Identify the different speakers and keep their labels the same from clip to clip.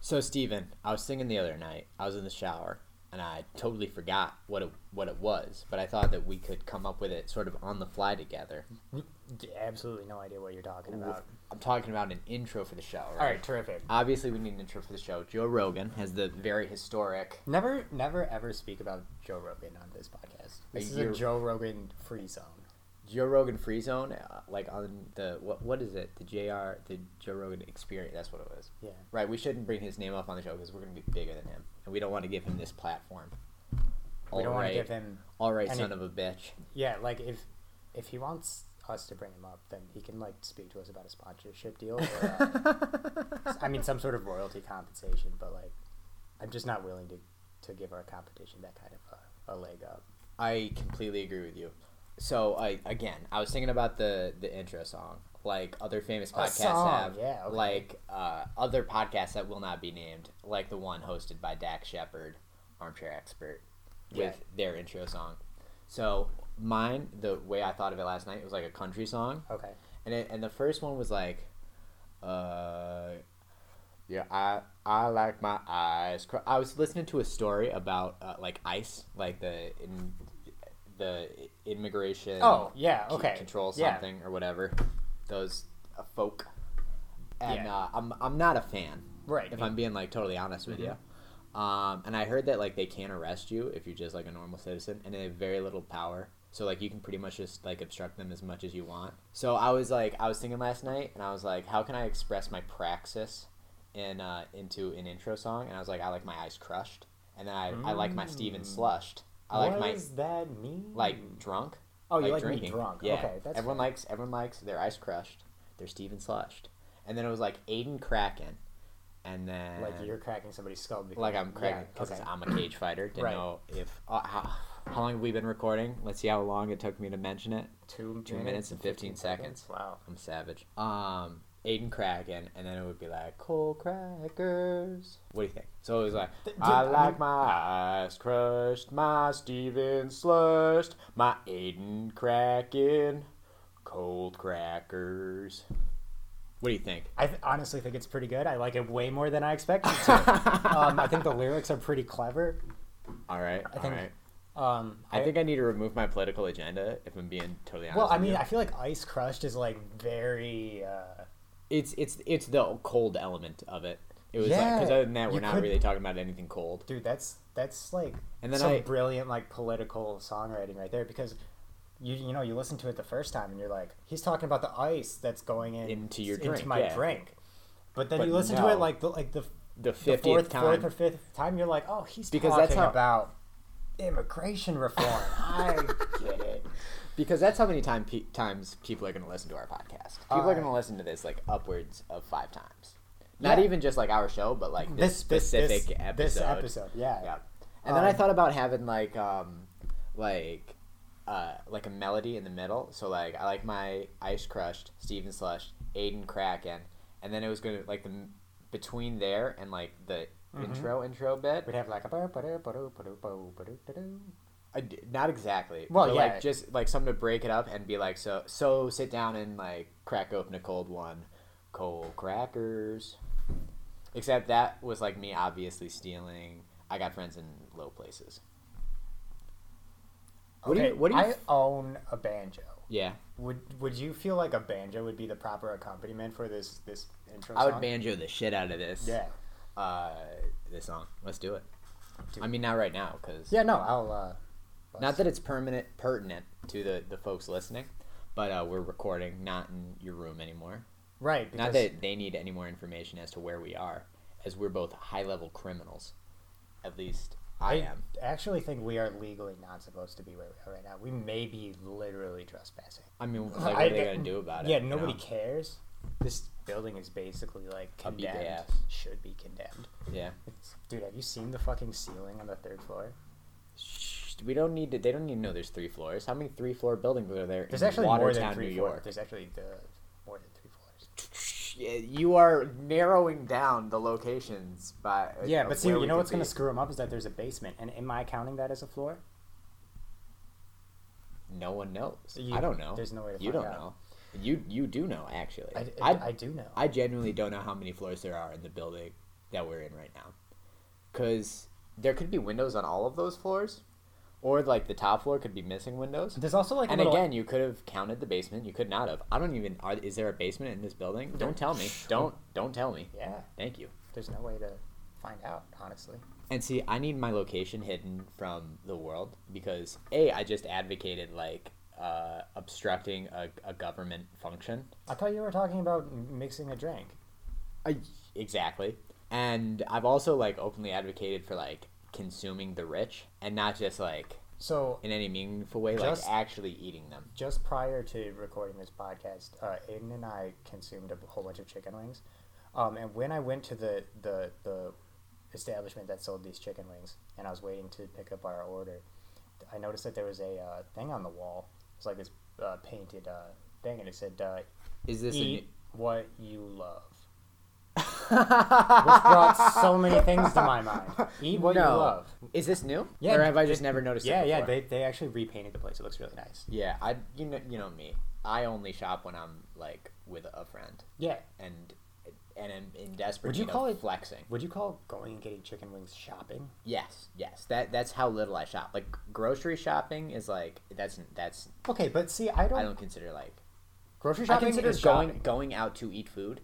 Speaker 1: So Steven, I was singing the other night. I was in the shower and I totally forgot what it what it was, but I thought that we could come up with it sort of on the fly together.
Speaker 2: Absolutely no idea what you're talking about.
Speaker 1: I'm talking about an intro for the show, right?
Speaker 2: All right, terrific.
Speaker 1: Obviously, we need an intro for the show. Joe Rogan has the very historic.
Speaker 2: Never, never, ever speak about Joe Rogan on this podcast. This is a
Speaker 1: You're-
Speaker 2: Joe Rogan free zone.
Speaker 1: Joe Rogan Free Zone, uh, like on the what what is it? The JR, the Joe Rogan Experience. That's what it was.
Speaker 2: Yeah.
Speaker 1: Right. We shouldn't bring his name up on the show because we're gonna be bigger than him, and we don't want to give him this platform.
Speaker 2: We don't want
Speaker 1: Alright.
Speaker 2: to give him.
Speaker 1: All right,
Speaker 2: any-
Speaker 1: son of a bitch.
Speaker 2: Yeah, like if if he wants us to bring him up, then he can like speak to us about a sponsorship deal. Or, uh, I mean, some sort of royalty compensation. But like, I'm just not willing to to give our competition that kind of a, a leg up.
Speaker 1: I completely agree with you. So I again, I was thinking about the the intro song, like other famous podcasts
Speaker 2: song,
Speaker 1: have,
Speaker 2: yeah, okay.
Speaker 1: like uh, other podcasts that will not be named, like the one hosted by Dak Shepard, Armchair Expert, with
Speaker 2: Yeah.
Speaker 1: their intro song. So mine, the way I thought of it last night, it was like a country song,
Speaker 2: Okay.
Speaker 1: and it, and the first one was like, uh, yeah, I I like my eyes. cr- I was listening to a story about uh, like ICE, like the in, the immigration.
Speaker 2: Oh yeah.
Speaker 1: c-
Speaker 2: Okay.
Speaker 1: Control
Speaker 2: Yeah.
Speaker 1: something or whatever. Those uh, folk. And
Speaker 2: Yeah.
Speaker 1: uh, I'm I'm not a fan.
Speaker 2: Right. Mm-hmm.
Speaker 1: If I'm being like totally honest with you. Um, and I heard that like they can't arrest you if you're just like a normal citizen, and they have very little power. So like you can pretty much just like obstruct them as much as you want. So I was like I was thinking last night, and I was like, how can I express my praxis in uh, into an intro song? And I was like, I like my eyes crushed, and then I, I like my Steven slushed. I like
Speaker 2: Mm. what
Speaker 1: my
Speaker 2: does that mean?
Speaker 1: like drunk.
Speaker 2: Oh, you like me drunk.
Speaker 1: Yeah.
Speaker 2: Okay, that's
Speaker 1: everyone likes everyone likes their ice crushed, their Steven slushed, and then it was like Aiden Kraken, and then
Speaker 2: like you're cracking somebody's skull. Because,
Speaker 1: like I'm cracking
Speaker 2: Yeah,
Speaker 1: because
Speaker 2: okay.
Speaker 1: I'm a cage fighter. Didn't
Speaker 2: Right.
Speaker 1: know if uh, how, how long have we been recording? Let's see how long it took me to mention it.
Speaker 2: two,
Speaker 1: Two minutes and fifteen seconds.
Speaker 2: Wow.
Speaker 1: I'm savage. Um, Aiden Kraken, and then it would be like cold crackers. What do you think? So it was like,
Speaker 2: Th- dude,
Speaker 1: I
Speaker 2: I mean-
Speaker 1: like my ice crushed, my Steven slushed, my Aiden Kraken, cold crackers. What do you think?
Speaker 2: I th- honestly think it's pretty good. I like it way more than I expected to. um, I think the lyrics are pretty clever.
Speaker 1: All right, all right. I
Speaker 2: think- Um, I,
Speaker 1: think I need to remove my political agenda if I'm being totally honest.
Speaker 2: well, I
Speaker 1: with
Speaker 2: mean,
Speaker 1: you.
Speaker 2: I feel like Ice Crushed is like very. Uh,
Speaker 1: it's it's it's the cold element of it. It was like because
Speaker 2: Yeah,
Speaker 1: other than that, we're
Speaker 2: you
Speaker 1: not
Speaker 2: could-
Speaker 1: really talking about anything cold.
Speaker 2: dude, that's that's like
Speaker 1: And then
Speaker 2: some
Speaker 1: I-
Speaker 2: brilliant like political songwriting right there because. You, you know you listen to it the first time and you're like he's talking about the ice that's going in
Speaker 1: Into your drink,
Speaker 2: into my
Speaker 1: yeah.
Speaker 2: drink, but then
Speaker 1: But
Speaker 2: you listen
Speaker 1: no.
Speaker 2: to it like the like the
Speaker 1: The
Speaker 2: the
Speaker 1: fiftieth
Speaker 2: fourth,
Speaker 1: time.
Speaker 2: fourth or fifth time, you're like, oh, he's
Speaker 1: Because
Speaker 2: talking
Speaker 1: that's how-
Speaker 2: about immigration reform. I get it.
Speaker 1: Because that's how many time pe- times people are going to listen to our podcast. People are
Speaker 2: Alright.
Speaker 1: going to listen to this like upwards of five times. Not
Speaker 2: Yeah.
Speaker 1: even just like our show, but like this,
Speaker 2: This this
Speaker 1: specific
Speaker 2: this,
Speaker 1: episode.
Speaker 2: This episode, yeah.
Speaker 1: Yeah. And then I
Speaker 2: Um,
Speaker 1: thought about having like um like uh like a melody in the middle. So like I like my Ice Crushed, Steven Slush, Aiden Kraken, and then it was going to like the m- between there and like the
Speaker 2: Mm-hmm.
Speaker 1: intro intro bit.
Speaker 2: We'd have like a ba- ba- da- ba- do- ba- do- bo- ba- do- da- do.
Speaker 1: I d not exactly.
Speaker 2: Well,
Speaker 1: but,
Speaker 2: yeah.
Speaker 1: Like, just like something to break it up and be like, so so sit down and like crack open a cold one, cold crackers. Except that was like me obviously stealing. I got friends in low places. What do
Speaker 2: okay,
Speaker 1: you? What do you?
Speaker 2: I own a banjo.
Speaker 1: yeah,
Speaker 2: Would would you feel like a banjo would be the proper accompaniment for this this intro?
Speaker 1: I would
Speaker 2: song?
Speaker 1: banjo the shit out of this.
Speaker 2: Yeah.
Speaker 1: Uh, this song. Let's do it.
Speaker 2: Dude.
Speaker 1: I mean, not right now, cause
Speaker 2: Yeah. No, I'll. Uh,
Speaker 1: not that it's permanent pertinent to the the folks listening, but uh, we're recording not in your room anymore.
Speaker 2: right. Because
Speaker 1: Not that they need any more information as to where we are, as we're both high level criminals. At least I, am.
Speaker 2: actually think we are legally not supposed to be where we are right now. We may be literally trespassing.
Speaker 1: I mean, like, what
Speaker 2: I-
Speaker 1: are they gonna do about it?
Speaker 2: Yeah,
Speaker 1: you
Speaker 2: nobody
Speaker 1: know?
Speaker 2: cares. This building is basically like
Speaker 1: A beat their
Speaker 2: condemned.
Speaker 1: ass.
Speaker 2: Should be condemned.
Speaker 1: Yeah,
Speaker 2: It's, dude, have you seen the fucking ceiling on the third floor?
Speaker 1: Shh, we don't need to. They don't need to know there's three floors. How many three floor buildings are there
Speaker 2: There's
Speaker 1: in
Speaker 2: actually more
Speaker 1: Watertown,
Speaker 2: than three
Speaker 1: New
Speaker 2: floors.
Speaker 1: York?
Speaker 2: There's actually the more than three floors.
Speaker 1: Yeah, you are narrowing down the locations by. uh,
Speaker 2: Yeah, but see, you know what's
Speaker 1: going
Speaker 2: gonna screw them up is that there's a basement, and am I counting that as a floor?
Speaker 1: No one knows.
Speaker 2: You-
Speaker 1: I don't know.
Speaker 2: there's no way to
Speaker 1: You
Speaker 2: find
Speaker 1: don't
Speaker 2: out.
Speaker 1: know. You you do know actually.
Speaker 2: I,
Speaker 1: I
Speaker 2: I, I do know.
Speaker 1: I genuinely don't know how many floors there are in the building that we're in right now. Because there could be windows on all of those floors, or like the top floor could be missing windows.
Speaker 2: There's also like a
Speaker 1: and
Speaker 2: little-
Speaker 1: again, you could have counted the basement. You could not have. I don't even. Are, is there a basement in this building? Don't tell me. Don't don't tell me.
Speaker 2: yeah,
Speaker 1: Thank you.
Speaker 2: there's no way to find out honestly.
Speaker 1: And see, I need my location hidden from the world because a I just advocated like uh, obstructing a, a government function.
Speaker 2: I thought you were talking about m- mixing a drink.
Speaker 1: I, exactly. And I've also like openly advocated for like consuming the rich and not just like
Speaker 2: So
Speaker 1: in any meaningful way,
Speaker 2: Just-
Speaker 1: like actually eating them.
Speaker 2: just prior to recording this podcast, uh, Aiden and I consumed a whole bunch of chicken wings. Um, and when I went to the, the, the establishment that sold these chicken wings and I was waiting to pick up our order, I noticed that there was a uh, thing on the wall. It's like this uh, painted uh, thing, and it said, uh,
Speaker 1: Is this a
Speaker 2: Eat
Speaker 1: new-
Speaker 2: what you love. Which brought so many things to my mind. Eat what you
Speaker 1: No.
Speaker 2: love.
Speaker 1: Is this new? Or have I just never noticed
Speaker 2: Yeah,
Speaker 1: it
Speaker 2: yeah.
Speaker 1: before?
Speaker 2: They, they actually repainted the place. It looks really nice.
Speaker 1: Yeah, I you know you know me. I only shop when I'm like with a friend
Speaker 2: Yeah.
Speaker 1: and and I'm in desperate
Speaker 2: Would you
Speaker 1: need
Speaker 2: call
Speaker 1: of
Speaker 2: it-
Speaker 1: flexing.
Speaker 2: Would you call going and getting chicken wings shopping?
Speaker 1: Yes, yes. That that's how little I shop. Like grocery shopping is like that's that's
Speaker 2: Okay, but see, I don't.
Speaker 1: I don't consider like
Speaker 2: grocery
Speaker 1: I
Speaker 2: shopping
Speaker 1: consider
Speaker 2: is
Speaker 1: going
Speaker 2: shopping.
Speaker 1: going out to eat food.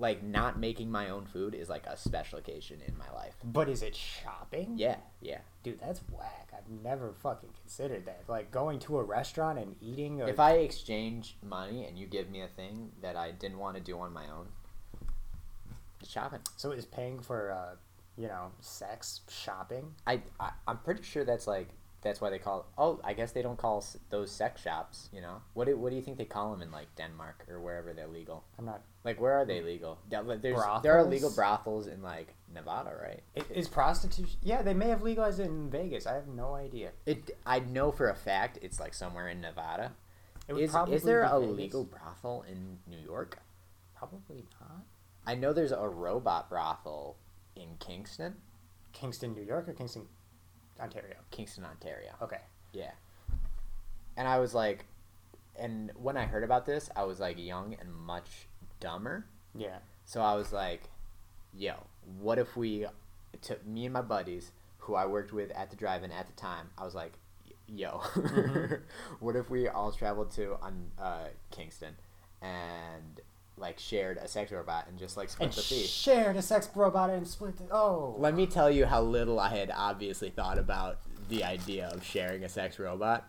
Speaker 1: Like not making my own food is like a special occasion in my life.
Speaker 2: But is it shopping?
Speaker 1: Yeah, yeah.
Speaker 2: Dude, that's whack. I've never fucking considered that. Like going to a restaurant and eating. A,
Speaker 1: If I exchange money and you give me a thing that I didn't want to do on my own, it's shopping.
Speaker 2: so is paying for, uh, you know, sex shopping?
Speaker 1: I, I I'm pretty sure that's like that's why they call. Oh, I guess they don't call s- those sex shops. You know what? Do, what do you think they call them in like Denmark or wherever they're legal?
Speaker 2: I'm not.
Speaker 1: Like where are they legal? Yeah, like, There's, there are
Speaker 2: Brothels?
Speaker 1: legal brothels in like Nevada, right?
Speaker 2: i- Is prostitution? Yeah, they may have legalized it in Vegas. I have no idea.
Speaker 1: It I know for a fact it's like somewhere in Nevada.
Speaker 2: It
Speaker 1: Is, is there
Speaker 2: be
Speaker 1: a
Speaker 2: Vegas.
Speaker 1: legal brothel in New York?
Speaker 2: Probably not.
Speaker 1: I know there's a robot brothel in Kingston,
Speaker 2: Kingston, New York, or Kingston, Ontario.
Speaker 1: Kingston, Ontario.
Speaker 2: Okay.
Speaker 1: Yeah. And I was like, and when I heard about this, I was like young and much dumber.
Speaker 2: Yeah.
Speaker 1: So I was like, yo, what if we, to me and my buddies who I worked with at the drive in at the time, I was like, yo, Mm-hmm. what if we all traveled to on uh, Kingston and like shared a sex robot and just like split
Speaker 2: And
Speaker 1: the fee?
Speaker 2: shared a sex robot and split the. Oh.
Speaker 1: Let me tell you how little I had obviously thought about the idea of sharing a sex robot.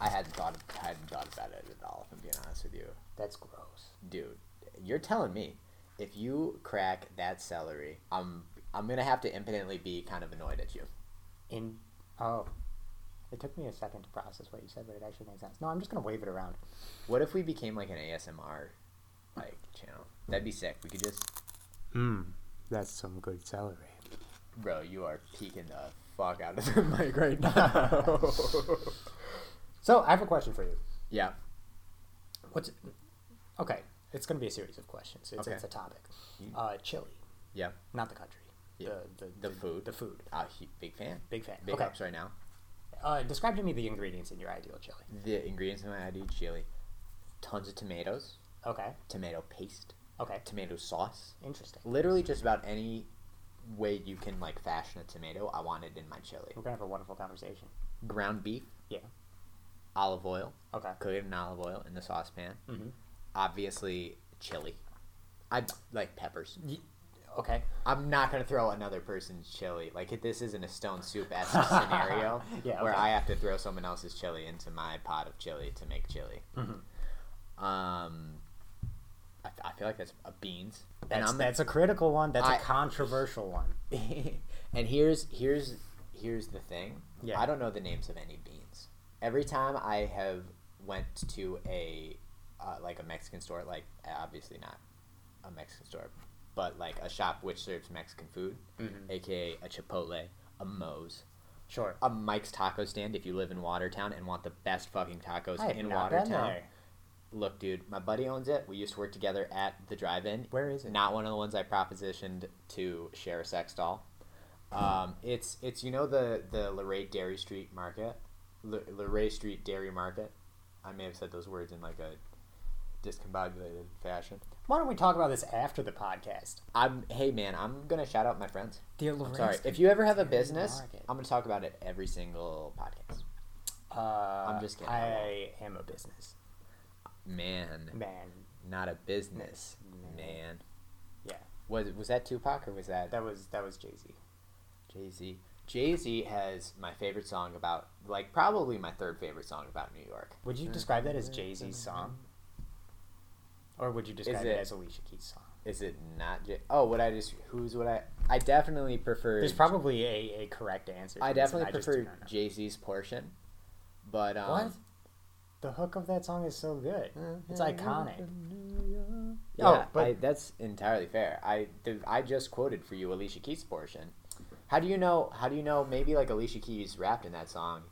Speaker 1: I hadn't thought I hadn't thought about it at all. If I'm being honest with you,
Speaker 2: That's gross.
Speaker 1: dude, you're telling me if you crack that celery, I'm I'm gonna have to impotently be kind of annoyed at you.
Speaker 2: In. Oh. It took me a second to process what you said, but it actually made sense. No, I'm just gonna wave it around.
Speaker 1: What if we became like an ASMR like channel? That'd be sick. We could just,
Speaker 2: Hmm. That's some good celery.
Speaker 1: bro, you are peeking the fuck out of the mic right now.
Speaker 2: So I have a question for you.
Speaker 1: yeah.
Speaker 2: What's? Okay, it's gonna be a series of questions. It's,
Speaker 1: Okay.
Speaker 2: it's a topic. Uh, Chile,
Speaker 1: Yeah.
Speaker 2: not the country.
Speaker 1: Yeah.
Speaker 2: The, the
Speaker 1: The food.
Speaker 2: The food.
Speaker 1: Uh, he, big fan.
Speaker 2: Big fan.
Speaker 1: Big
Speaker 2: okay.
Speaker 1: ups right now.
Speaker 2: Uh, describe to me the ingredients in your ideal chili.
Speaker 1: The ingredients in my ID chili: tons of tomatoes,
Speaker 2: Okay.
Speaker 1: tomato paste,
Speaker 2: Okay.
Speaker 1: tomato sauce.
Speaker 2: Interesting.
Speaker 1: Literally, just about any way you can like fashion a tomato, I want it in my chili.
Speaker 2: We're gonna have a wonderful conversation.
Speaker 1: Ground beef,
Speaker 2: Yeah.
Speaker 1: olive oil,
Speaker 2: Okay.
Speaker 1: cook it in olive oil in the saucepan.
Speaker 2: Mhm.
Speaker 1: Obviously, chili. I like peppers.
Speaker 2: Okay.
Speaker 1: I'm not gonna throw another person's chili. Like if this isn't a stone soup esque scenario
Speaker 2: Yeah,
Speaker 1: where
Speaker 2: okay.
Speaker 1: I have to throw someone else's chili into my pot of chili to make chili.
Speaker 2: Mm-hmm.
Speaker 1: Um, I, I feel like that's uh, beans. and
Speaker 2: That's,
Speaker 1: I'm
Speaker 2: that's a critical one. That's a
Speaker 1: I-
Speaker 2: controversial one.
Speaker 1: and here's here's here's the thing.
Speaker 2: Yeah.
Speaker 1: I don't know the names of any beans. Every time I have went to a uh, like a Mexican store, like obviously not a Mexican store, but like a shop which serves Mexican food,
Speaker 2: Mm-hmm.
Speaker 1: aka a Chipotle, a Moe's,
Speaker 2: Sure.
Speaker 1: a Mike's Taco Stand. If you live in Watertown and want the best fucking tacos
Speaker 2: I have
Speaker 1: in
Speaker 2: not been
Speaker 1: Watertown,
Speaker 2: there.
Speaker 1: look, dude, my buddy owns it. We used to work together at the drive-in.
Speaker 2: Where is it?
Speaker 1: Not one of the ones I propositioned to share a sex doll. Um, it's it's you know the the Luray Dairy Street Market, L- Luray Street Dairy Market. I may have said those words in like a discombobulated fashion.
Speaker 2: Why don't we talk about this after the podcast?
Speaker 1: I'm hey man, I'm gonna shout out my friends.
Speaker 2: Dear
Speaker 1: I'm
Speaker 2: Lorenz,
Speaker 1: sorry. If you ever have a
Speaker 2: Terry
Speaker 1: business,
Speaker 2: Market.
Speaker 1: I'm gonna talk about it every single podcast.
Speaker 2: uh, I'm
Speaker 1: just kidding.
Speaker 2: I am a business
Speaker 1: Man,
Speaker 2: man.
Speaker 1: not a business
Speaker 2: Man.
Speaker 1: man.
Speaker 2: Yeah,
Speaker 1: Was was that Tupac or was that
Speaker 2: that was that was Jay Z.
Speaker 1: Jay Z? Jay Z has my favorite song about like probably my third favorite song about New York.
Speaker 2: Would you describe that as Jay Z's song, or would you describe it,
Speaker 1: it-
Speaker 2: as Alicia Keys' song?
Speaker 1: Is it not Jay? Oh, would I just who's what I? I definitely prefer.
Speaker 2: There's probably a, a correct answer.
Speaker 1: I
Speaker 2: to this, and
Speaker 1: definitely
Speaker 2: just do
Speaker 1: prefer
Speaker 2: not know.
Speaker 1: Jay Z's portion, but um,
Speaker 2: What? The hook of that song is so good. It's iconic.
Speaker 1: Yeah,
Speaker 2: Oh, but-
Speaker 1: I, that's entirely fair. I the, I just quoted for you Alicia Keys' portion. How do you know? How do you know? Maybe like Alicia Keys rapped in that song,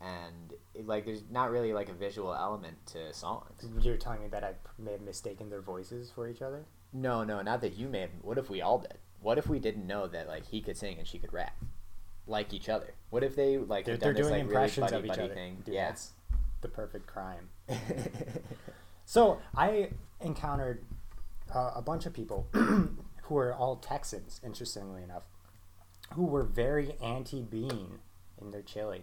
Speaker 1: and it, like there's not really like a visual element to songs.
Speaker 2: You're telling me that I p- may have mistaken their voices for each other?
Speaker 1: No, no, not that you may. Have, what if we all did? What if we didn't know that like he could sing and she could rap, like each other? What if they like
Speaker 2: They're,
Speaker 1: had done
Speaker 2: they're
Speaker 1: this, like,
Speaker 2: doing
Speaker 1: really
Speaker 2: impressions
Speaker 1: buddy,
Speaker 2: of each
Speaker 1: buddy
Speaker 2: other.
Speaker 1: Thing?
Speaker 2: Dude,
Speaker 1: yeah.
Speaker 2: that's the perfect crime. So I encountered uh, a bunch of people who are all Texans, interestingly enough, who were very anti-bean in their chili.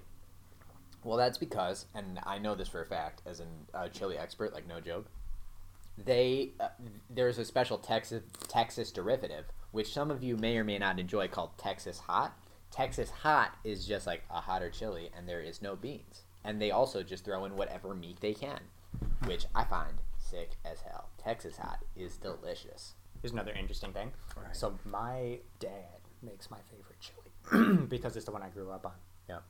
Speaker 1: Well, that's because, and I know this for a fact as an uh, chili expert, like no joke. They uh, there's a special Texas Texas derivative which some of you may or may not enjoy called Texas hot. Texas hot is just like a hotter chili, and there is no beans. And they also just throw in whatever meat they can, which I find sick as hell. Texas hot is delicious.
Speaker 2: Here's another interesting thing.
Speaker 1: Right.
Speaker 2: So my dad makes my favorite chili because it's the one I grew up on.
Speaker 1: Yep.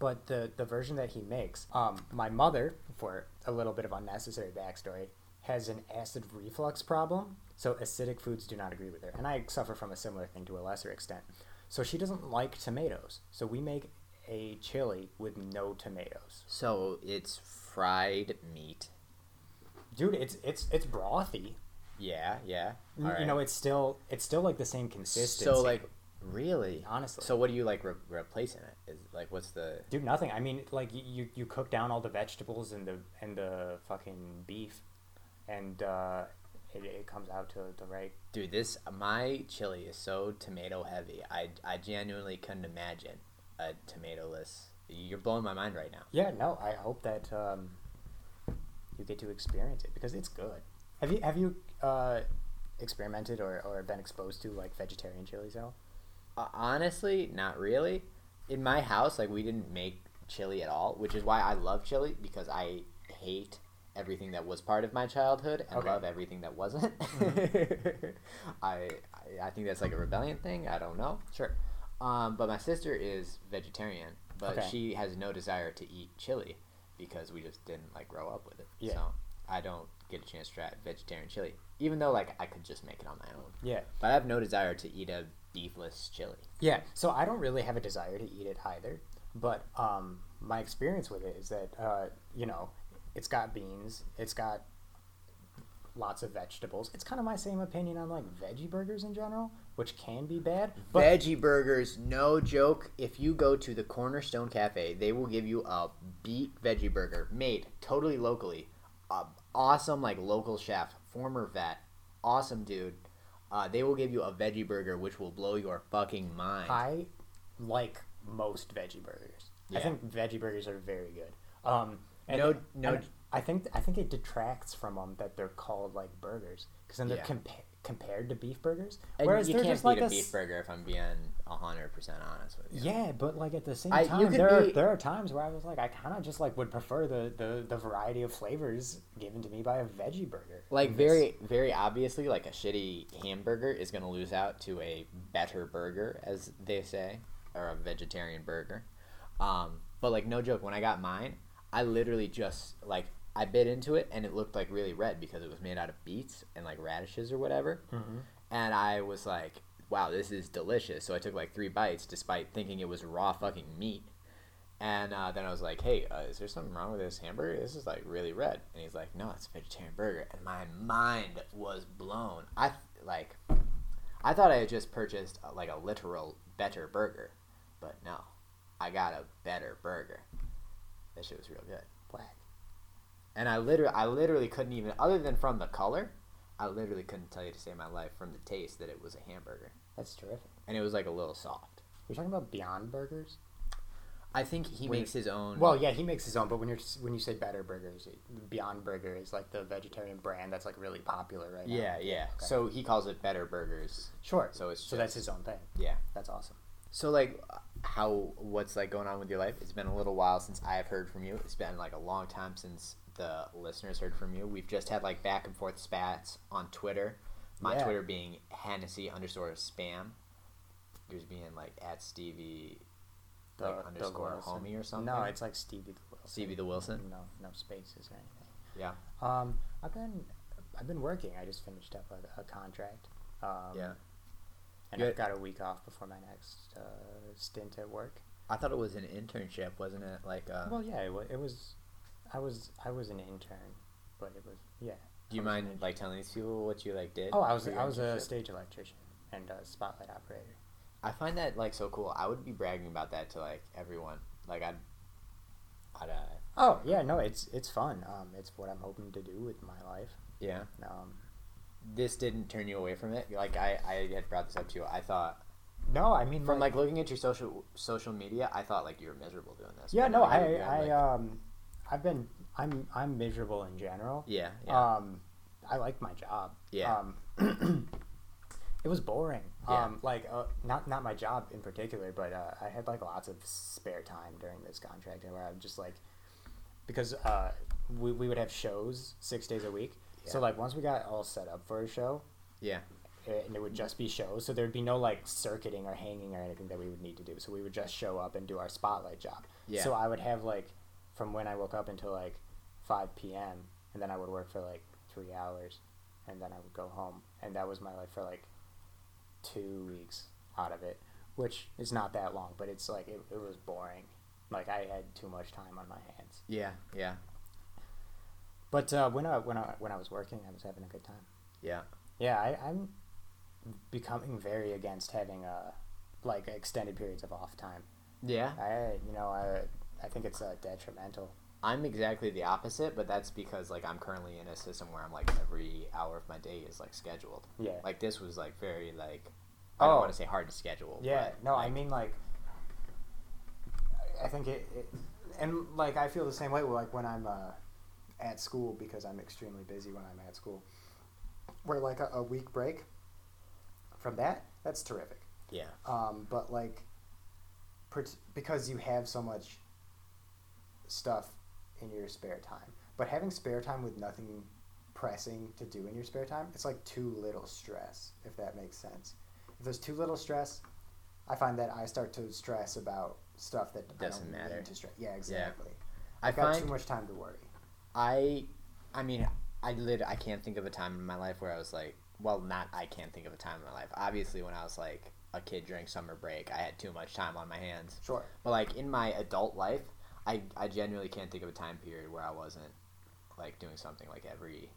Speaker 2: But the the version that he makes, um, my mother, for a little bit of unnecessary backstory, has an acid reflux problem. So acidic foods do not agree with her, and I suffer from a similar thing to a lesser extent. So she doesn't like tomatoes. So we make a chili with no tomatoes.
Speaker 1: So it's fried meat.
Speaker 2: Dude, it's it's it's brothy.
Speaker 1: Yeah, yeah.
Speaker 2: You
Speaker 1: All right.
Speaker 2: know, it's still it's still like the same consistency.
Speaker 1: So like, really,
Speaker 2: Honestly.
Speaker 1: So what do you like re- replace in it? Is like what's the?
Speaker 2: Do nothing. I mean, like you- you you cook down all the vegetables and the and the fucking beef, and uh, it, it comes out to the right.
Speaker 1: Dude, this my chili is so tomato heavy. I I genuinely couldn't imagine a tomatoless. You're blowing my mind right now.
Speaker 2: Yeah. No, I hope that um, you get to experience it because it's good. Have you have you uh, experimented or, or been exposed to like vegetarian chilies at all?
Speaker 1: Uh, honestly, not really. In my house, like we didn't make chili at all, which is why I love chili because I hate everything that was part of my childhood and
Speaker 2: Okay. Mm-hmm.
Speaker 1: love everything that wasn't. I, I I think that's like a rebellion thing. I don't know. Sure. Um, but my sister is vegetarian, but
Speaker 2: Okay.
Speaker 1: she has no desire to eat chili because we just didn't like grow up with it.
Speaker 2: Yeah.
Speaker 1: So I don't get a chance to try vegetarian chili, even though like I could just make it on my own.
Speaker 2: Yeah.
Speaker 1: But I have no desire to eat a beefless chili.
Speaker 2: Yeah, so I don't really have a desire to eat it either, but um, my experience with it is that uh, you know, it's got beans, it's got lots of vegetables. It's kind of my same opinion on like veggie burgers in general, which can be bad, but
Speaker 1: Veggie burgers, no joke. If you go to the Cornerstone Cafe, they will give you a beet veggie burger made totally locally. Uh, awesome, like local chef, former vet, awesome dude. Uh, they will give you a veggie burger which will blow your fucking mind.
Speaker 2: I like most veggie burgers.
Speaker 1: Yeah.
Speaker 2: I think veggie burgers are very good. Um, and
Speaker 1: No- no-
Speaker 2: and I think I think it detracts from them that they're called like burgers because then they're
Speaker 1: Yeah.
Speaker 2: compa- compared to beef burgers.
Speaker 1: and
Speaker 2: whereas
Speaker 1: you
Speaker 2: they're
Speaker 1: can't
Speaker 2: just
Speaker 1: beat
Speaker 2: like
Speaker 1: a
Speaker 2: a
Speaker 1: beef
Speaker 2: s-
Speaker 1: burger if I'm being hundred percent honest with you.
Speaker 2: Yeah, but like at the same
Speaker 1: I- you
Speaker 2: time,
Speaker 1: could
Speaker 2: there are,
Speaker 1: be-
Speaker 2: there are times where I was like, I kind of just like would prefer the, the the variety of flavors given to me by a veggie burger.
Speaker 1: Like
Speaker 2: This-
Speaker 1: very, very obviously, like a shitty hamburger is gonna lose out to a better burger, as they say, or a vegetarian burger. Um, but like no joke, when I got mine, I literally just like I bit into it and it looked like really red because it was made out of beets and like radishes or whatever. And I was like, wow, this is delicious. So I took like three bites, despite thinking it was raw fucking meat. And uh, then I was like, hey, uh, is there something wrong with this hamburger? This is like really red. And he's like, no, it's a vegetarian burger. And my mind was blown. I th- like, I thought I had just purchased uh, like a literal better burger, but no, I got a better burger. That shit was real good.
Speaker 2: Whack.
Speaker 1: and I literally, I literally couldn't even, other than from the color, I literally couldn't tell you to save my life from the taste that it was a hamburger,
Speaker 2: That's terrific.
Speaker 1: and it was like a little soft.
Speaker 2: You're talking about Beyond Burgers.
Speaker 1: I think he
Speaker 2: Wait.
Speaker 1: makes his own.
Speaker 2: Well, yeah, he makes his own, but when you're when you say Better Burgers, Beyond Burger is like the vegetarian brand that's like really popular right now.
Speaker 1: yeah, yeah.
Speaker 2: Okay.
Speaker 1: So he calls it Better Burgers.
Speaker 2: Sure.
Speaker 1: So it's
Speaker 2: so that's
Speaker 1: just-
Speaker 2: his own thing.
Speaker 1: Yeah.
Speaker 2: That's awesome.
Speaker 1: So like, how what's like going on with your life? It's been a little while since I have heard from you. It's been like a long time since the listeners heard from you. We've just had like back and forth spats on Twitter. My
Speaker 2: Yeah.
Speaker 1: Twitter being Hennessy underscore spam. Yours being like at Stevie like underscore
Speaker 2: Wilson.
Speaker 1: homie or something.
Speaker 2: No, it's like Stevie the Wilson.
Speaker 1: Stevie the Wilson.
Speaker 2: No, no spaces or anything.
Speaker 1: Yeah.
Speaker 2: Um, I've been I've been working. I just finished up a, a contract. Um,
Speaker 1: Yeah.
Speaker 2: And
Speaker 1: You
Speaker 2: I've
Speaker 1: had-
Speaker 2: got a week off before my next uh, stint at work.
Speaker 1: I thought it was an internship, wasn't it? Like, uh,
Speaker 2: well, yeah, it was, it was. I was I was an intern, but it was yeah.
Speaker 1: do you mind like telling these people what you like did?
Speaker 2: Oh, I was
Speaker 1: for your
Speaker 2: I was a
Speaker 1: internship?
Speaker 2: stage electrician and a spotlight operator.
Speaker 1: I find that like so cool. I would be bragging about that to like everyone. Like I'd, I'd uh,
Speaker 2: Oh yeah, no, it's it's fun. Um, it's what I'm hoping to do with my life.
Speaker 1: yeah.
Speaker 2: Um,
Speaker 1: This didn't turn you away from it. Like I, I had brought this up to you. I thought
Speaker 2: no, I mean
Speaker 1: from like looking at your social social media, I thought like you were miserable doing this.
Speaker 2: yeah,
Speaker 1: But
Speaker 2: no, I
Speaker 1: you're- you're,
Speaker 2: I
Speaker 1: like-
Speaker 2: um, I've been I'm I'm miserable in general.
Speaker 1: yeah yeah
Speaker 2: Um, I like my job.
Speaker 1: Yeah.
Speaker 2: Um, it was boring.
Speaker 1: Yeah.
Speaker 2: Um, like uh, not not my job in particular, but uh, I had like lots of spare time during this contract, where I would just like because uh, we we would have shows six days a week. So
Speaker 1: Yeah.
Speaker 2: like once we got all set up for a show,
Speaker 1: yeah.
Speaker 2: it- and it would just be shows. So there'd be no like circuiting or hanging or anything that we would need to do. So we would just show up and do our spotlight job.
Speaker 1: Yeah.
Speaker 2: So I would have like from when I woke up until like 5 p.m. and then I would work for like three hours and then I would go home. And that was my life for like two weeks out of it, which is not that long, but it's like it, it was boring. Like I had too much time on my hands.
Speaker 1: yeah yeah
Speaker 2: But uh, when I when I when I was working, I was having a good time.
Speaker 1: yeah
Speaker 2: Yeah, I, I'm becoming very against having uh like extended periods of off time.
Speaker 1: yeah.
Speaker 2: I you know I I think it's uh, detrimental.
Speaker 1: I'm exactly the opposite, but that's because like I'm currently in a system where I'm like every hour of my day is like scheduled.
Speaker 2: Yeah.
Speaker 1: Like this was like very like I don't
Speaker 2: Oh.
Speaker 1: want to say hard to schedule.
Speaker 2: yeah.
Speaker 1: but,
Speaker 2: No, I
Speaker 1: like,
Speaker 2: mean like I- I think it, it and like I feel the same way. Like when I'm uh, at school because I'm extremely busy when I'm at school. Where like a, a week break from that, that's terrific.
Speaker 1: yeah.
Speaker 2: um, but like part- because you have so much stuff in your spare time but having spare time with nothing pressing to do in your spare time it's like too little stress if that makes sense if there's too little stress i find that i start to stress about stuff that
Speaker 1: Doesn't
Speaker 2: I don't
Speaker 1: matter.
Speaker 2: need to stress yeah exactly
Speaker 1: I
Speaker 2: i've got
Speaker 1: find
Speaker 2: too much time to worry
Speaker 1: I, I mean, I lit. I can't think of a time in my life where I was like, well, not I can't think of a time in my life. Obviously, when I was like a kid during summer break, I had too much time on my hands.
Speaker 2: sure
Speaker 1: But like in my adult life, I I genuinely can't think of a time period where I wasn't like doing something like every,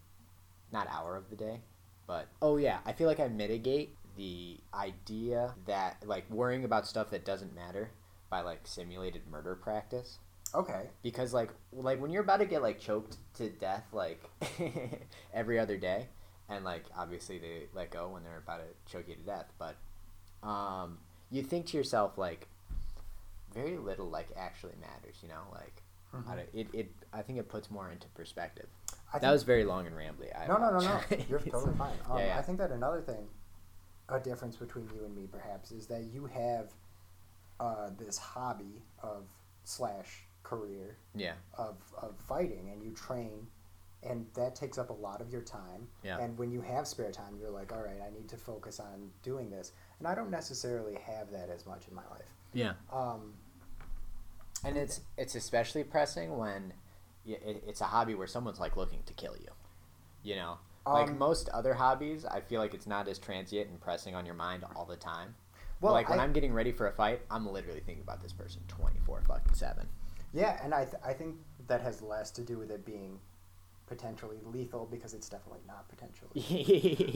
Speaker 1: not hour of the day, but oh yeah, I feel like I mitigate the idea that like worrying about stuff that doesn't matter by like simulated murder practice
Speaker 2: okay
Speaker 1: because like like when you're about to get like choked to death like every other day and like obviously they let go when they're about to choke you to death but um you think to yourself like very little like actually matters you know like I don't, it, it i think it puts more into perspective
Speaker 2: Mm-hmm. I
Speaker 1: that was very long and rambly I
Speaker 2: No, no, no, no.
Speaker 1: apologize.
Speaker 2: You're totally fine. Um,
Speaker 1: Yeah, yeah.
Speaker 2: I think that another thing, a difference between you and me perhaps, is that you have uh, this hobby of slash career
Speaker 1: yeah
Speaker 2: of, of fighting and you train and that takes up a lot of your time
Speaker 1: Yeah.
Speaker 2: and when you have spare time you're like all right i need to focus on doing this and i don't necessarily have that as much in my life
Speaker 1: yeah
Speaker 2: um,
Speaker 1: and it's it's especially pressing when y- it, it's a hobby where someone's like looking to kill you you know like
Speaker 2: Um,
Speaker 1: most other hobbies i feel like it's not as transient and pressing on your mind all the time well
Speaker 2: Well,
Speaker 1: like when
Speaker 2: I-
Speaker 1: i'm getting ready for a fight i'm literally thinking about this person 24 fucking 7
Speaker 2: Yeah, and I, th- I think that has less to do with it being potentially lethal because it's definitely not potentially.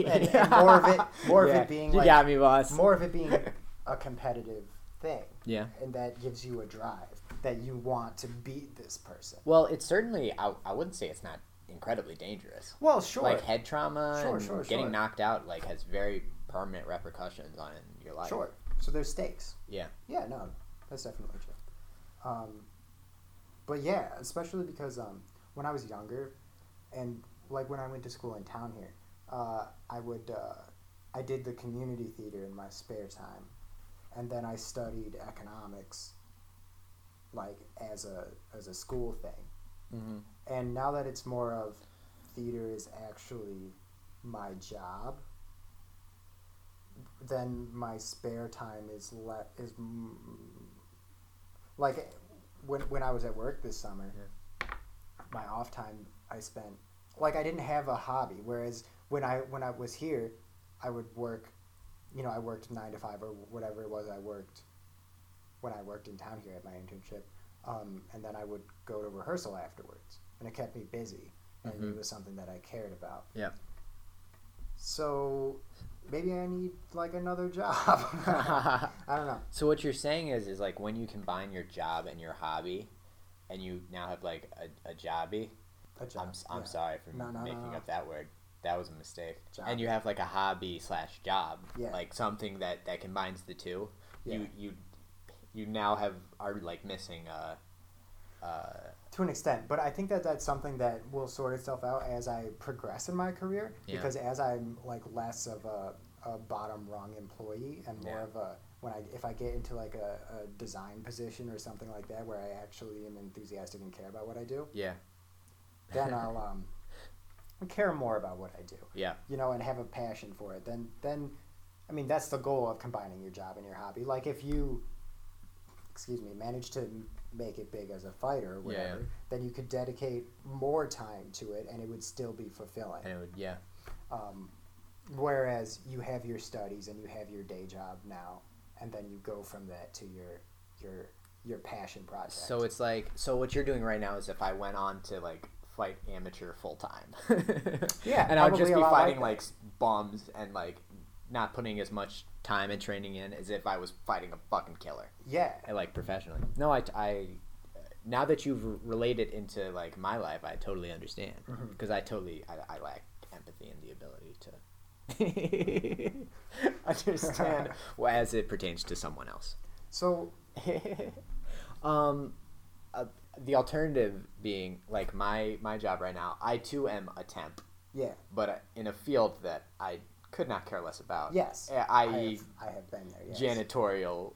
Speaker 2: and, and more of it, more of
Speaker 1: Yeah,
Speaker 2: it being
Speaker 1: you
Speaker 2: like,
Speaker 1: got me boss
Speaker 2: more of it being a competitive thing,
Speaker 1: yeah
Speaker 2: and that gives you a drive. that you want to beat this person.
Speaker 1: Well, it's certainly I, I wouldn't say it's not incredibly dangerous.
Speaker 2: Well, sure.
Speaker 1: Like head trauma
Speaker 2: Sure,
Speaker 1: and
Speaker 2: sure,
Speaker 1: getting
Speaker 2: sure.
Speaker 1: knocked out like has very permanent repercussions on your life.
Speaker 2: sure. So there's stakes.
Speaker 1: Yeah.
Speaker 2: Yeah, no, that's definitely true. Um, but yeah, especially because um, when I was younger, and like when I went to school in town here, uh, I would uh, I did the community theater in my spare time, and then I studied economics, like as a as a school thing.
Speaker 1: Mm-hmm.
Speaker 2: And now that it's more of theater is actually my job, then my spare time is le- is m- like when when I was at work this summer, my off time I spent like I didn't have a hobby. Whereas when I when I was here, I would work, you know, I worked nine to five or whatever it was I worked when I worked in town here at my internship, um, and then I would go to rehearsal afterwards, and it kept me busy, and
Speaker 1: Mhm.
Speaker 2: it was something that I cared about.
Speaker 1: Yeah.
Speaker 2: So maybe I need like another job. I don't know.
Speaker 1: So what you're saying is, is like when you combine your job and your hobby, and you now have like a, a jobby.
Speaker 2: A job.
Speaker 1: I'm, s- I'm
Speaker 2: yeah.
Speaker 1: sorry for
Speaker 2: No, no, no,
Speaker 1: making
Speaker 2: no.
Speaker 1: up that word. That was a mistake.
Speaker 2: Job.
Speaker 1: And you have like a hobby slash job,
Speaker 2: Yeah.
Speaker 1: like something that that combines the two.
Speaker 2: Yeah.
Speaker 1: You you you now have are like missing uh uh
Speaker 2: to an extent but i think that that's something that will sort itself out as i progress in my career
Speaker 1: Yeah.
Speaker 2: because as i'm like less of a, a bottom rung employee and more
Speaker 1: Yeah.
Speaker 2: of a when i if i get into like a, a design position or something like that where i actually am enthusiastic and care about what i do
Speaker 1: yeah
Speaker 2: then i'll um care more about what i do
Speaker 1: yeah
Speaker 2: you know, and have a passion for it, then then I mean that's the goal of combining your job and your hobby. Like if you excuse me, manage to m- make it big as a fighter or
Speaker 1: Yeah, yeah.
Speaker 2: whatever, then you could dedicate more time to it and it would still be fulfilling.
Speaker 1: and it would yeah
Speaker 2: Um, whereas you have your studies and you have your day job now and then you go from that to your your your passion project.
Speaker 1: So it's like so what you're doing right now is if I went on to like fight amateur full time.
Speaker 2: Yeah,
Speaker 1: And I would just
Speaker 2: probably a
Speaker 1: be
Speaker 2: lot like
Speaker 1: fighting
Speaker 2: that.
Speaker 1: like, s bums and like not putting as much time and training in as if I was fighting a fucking killer
Speaker 2: yeah.
Speaker 1: and like professionally. No, I, I now that you've r- related into like my life, I totally understand because I totally I, I lack empathy and the ability to understand well, as it pertains to someone else.
Speaker 2: So
Speaker 1: um, uh, the alternative being like my my job right now. I too am a temp,
Speaker 2: yeah.
Speaker 1: but uh, in a field that I could not care less about.
Speaker 2: Yes.
Speaker 1: uh,
Speaker 2: I
Speaker 1: i.e.,
Speaker 2: have, I have been there, yes.
Speaker 1: janitorial,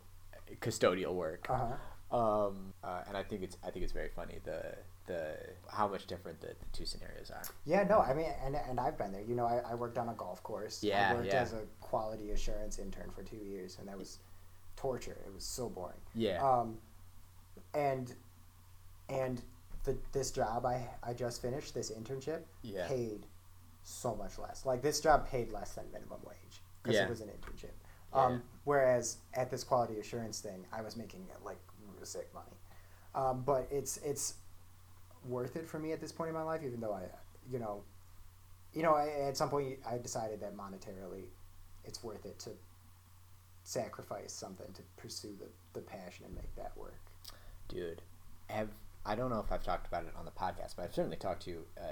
Speaker 1: custodial work.
Speaker 2: Uh-huh.
Speaker 1: Um, uh, and I think it's I think it's very funny the the how much different the, the two scenarios are.
Speaker 2: Yeah, no, I mean, and, and I've been there. You know, I, I worked on a golf course.
Speaker 1: Yeah,
Speaker 2: I worked
Speaker 1: yeah.
Speaker 2: as a quality assurance intern for two years, and that was torture. It was so boring.
Speaker 1: Yeah.
Speaker 2: Um, and and the, this job I, I just finished, this internship,
Speaker 1: Yeah.
Speaker 2: paid so much less. Like, this job paid less than minimum wage because
Speaker 1: Yeah.
Speaker 2: it was an internship.
Speaker 1: Yeah,
Speaker 2: Um,
Speaker 1: yeah.
Speaker 2: Whereas at this quality assurance thing, I was making like sick money. Um, but it's it's worth it for me at this point in my life, even though I, you know, you know, I, at some point I decided that monetarily, it's worth it to sacrifice something to pursue the, the passion and make that work.
Speaker 1: dude have i don't know if i've talked about it on the podcast but i've certainly talked to you uh,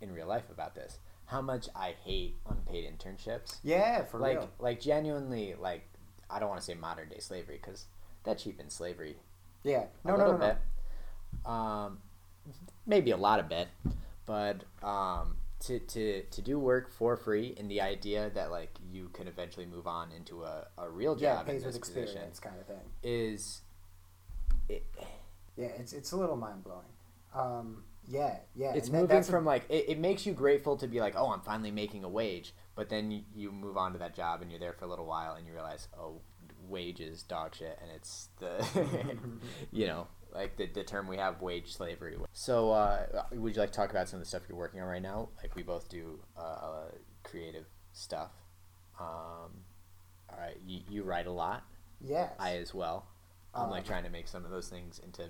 Speaker 1: in real life about this how much i hate unpaid internships
Speaker 2: Yeah, for
Speaker 1: like
Speaker 2: real.
Speaker 1: like genuinely like i don't want to say modern day slavery because that cheapens slavery
Speaker 2: Yeah, no,
Speaker 1: a
Speaker 2: no, no,
Speaker 1: little
Speaker 2: no.
Speaker 1: bit um maybe a lot of bit but um to, to, to do work for free in the idea that like you can eventually move on into a, a real
Speaker 2: Yeah,
Speaker 1: job in
Speaker 2: pays
Speaker 1: this
Speaker 2: with experience,
Speaker 1: position
Speaker 2: kind of thing.
Speaker 1: is it,
Speaker 2: Yeah, it's it's a little mind blowing. Um, yeah, yeah.
Speaker 1: it's
Speaker 2: and that-
Speaker 1: moving
Speaker 2: that's a-
Speaker 1: from like it, it makes you grateful to be like oh i'm finally making a wage but then you, you move on to that job and you're there for a little while and you realize oh wages dog shit and it's the you know like the, the term we have wage slavery so uh, would you like to talk about some of the stuff you're working on right now like we both do uh, uh, creative stuff um, all right you, you write a lot
Speaker 2: yes,
Speaker 1: i as well i'm like
Speaker 2: Um,
Speaker 1: trying to make some of those things into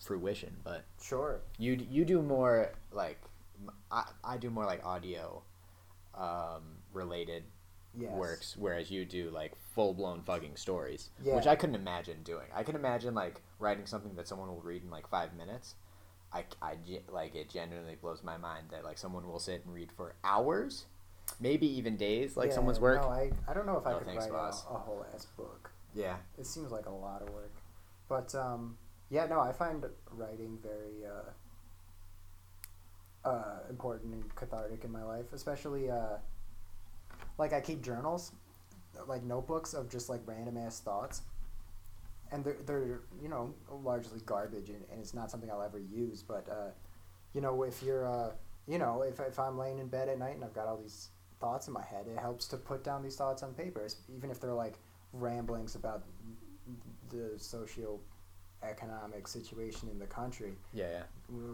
Speaker 1: fruition but
Speaker 2: sure.
Speaker 1: you d- you do more like m- I, I do more like audio um, related
Speaker 3: Yes.
Speaker 1: works, whereas you do like full blown fucking stories, which
Speaker 3: Yeah.
Speaker 1: I couldn't imagine doing. I can imagine like writing something that someone will read in like five minutes. I, I ge- like it genuinely blows my mind that like someone will sit and read for hours, maybe even days, like
Speaker 3: Yeah,
Speaker 1: someone's work.
Speaker 3: No, I, I don't know if I
Speaker 1: No,
Speaker 3: could
Speaker 1: thanks,
Speaker 3: write
Speaker 1: boss.
Speaker 3: a, a whole ass book.
Speaker 1: yeah,
Speaker 3: It seems like a lot of work, but um, yeah, no, I find writing very uh, uh, important and cathartic in my life, especially uh, like I keep journals, like notebooks of just like random ass thoughts, and they're they're you know largely garbage and, and it's not something I'll ever use, but uh, you know if you're uh, you know if if I'm laying in bed at night and I've got all these thoughts in my head, it helps to put down these thoughts on paper, es- even if they're like ramblings about the socio-economic situation in the country
Speaker 1: yeah, yeah.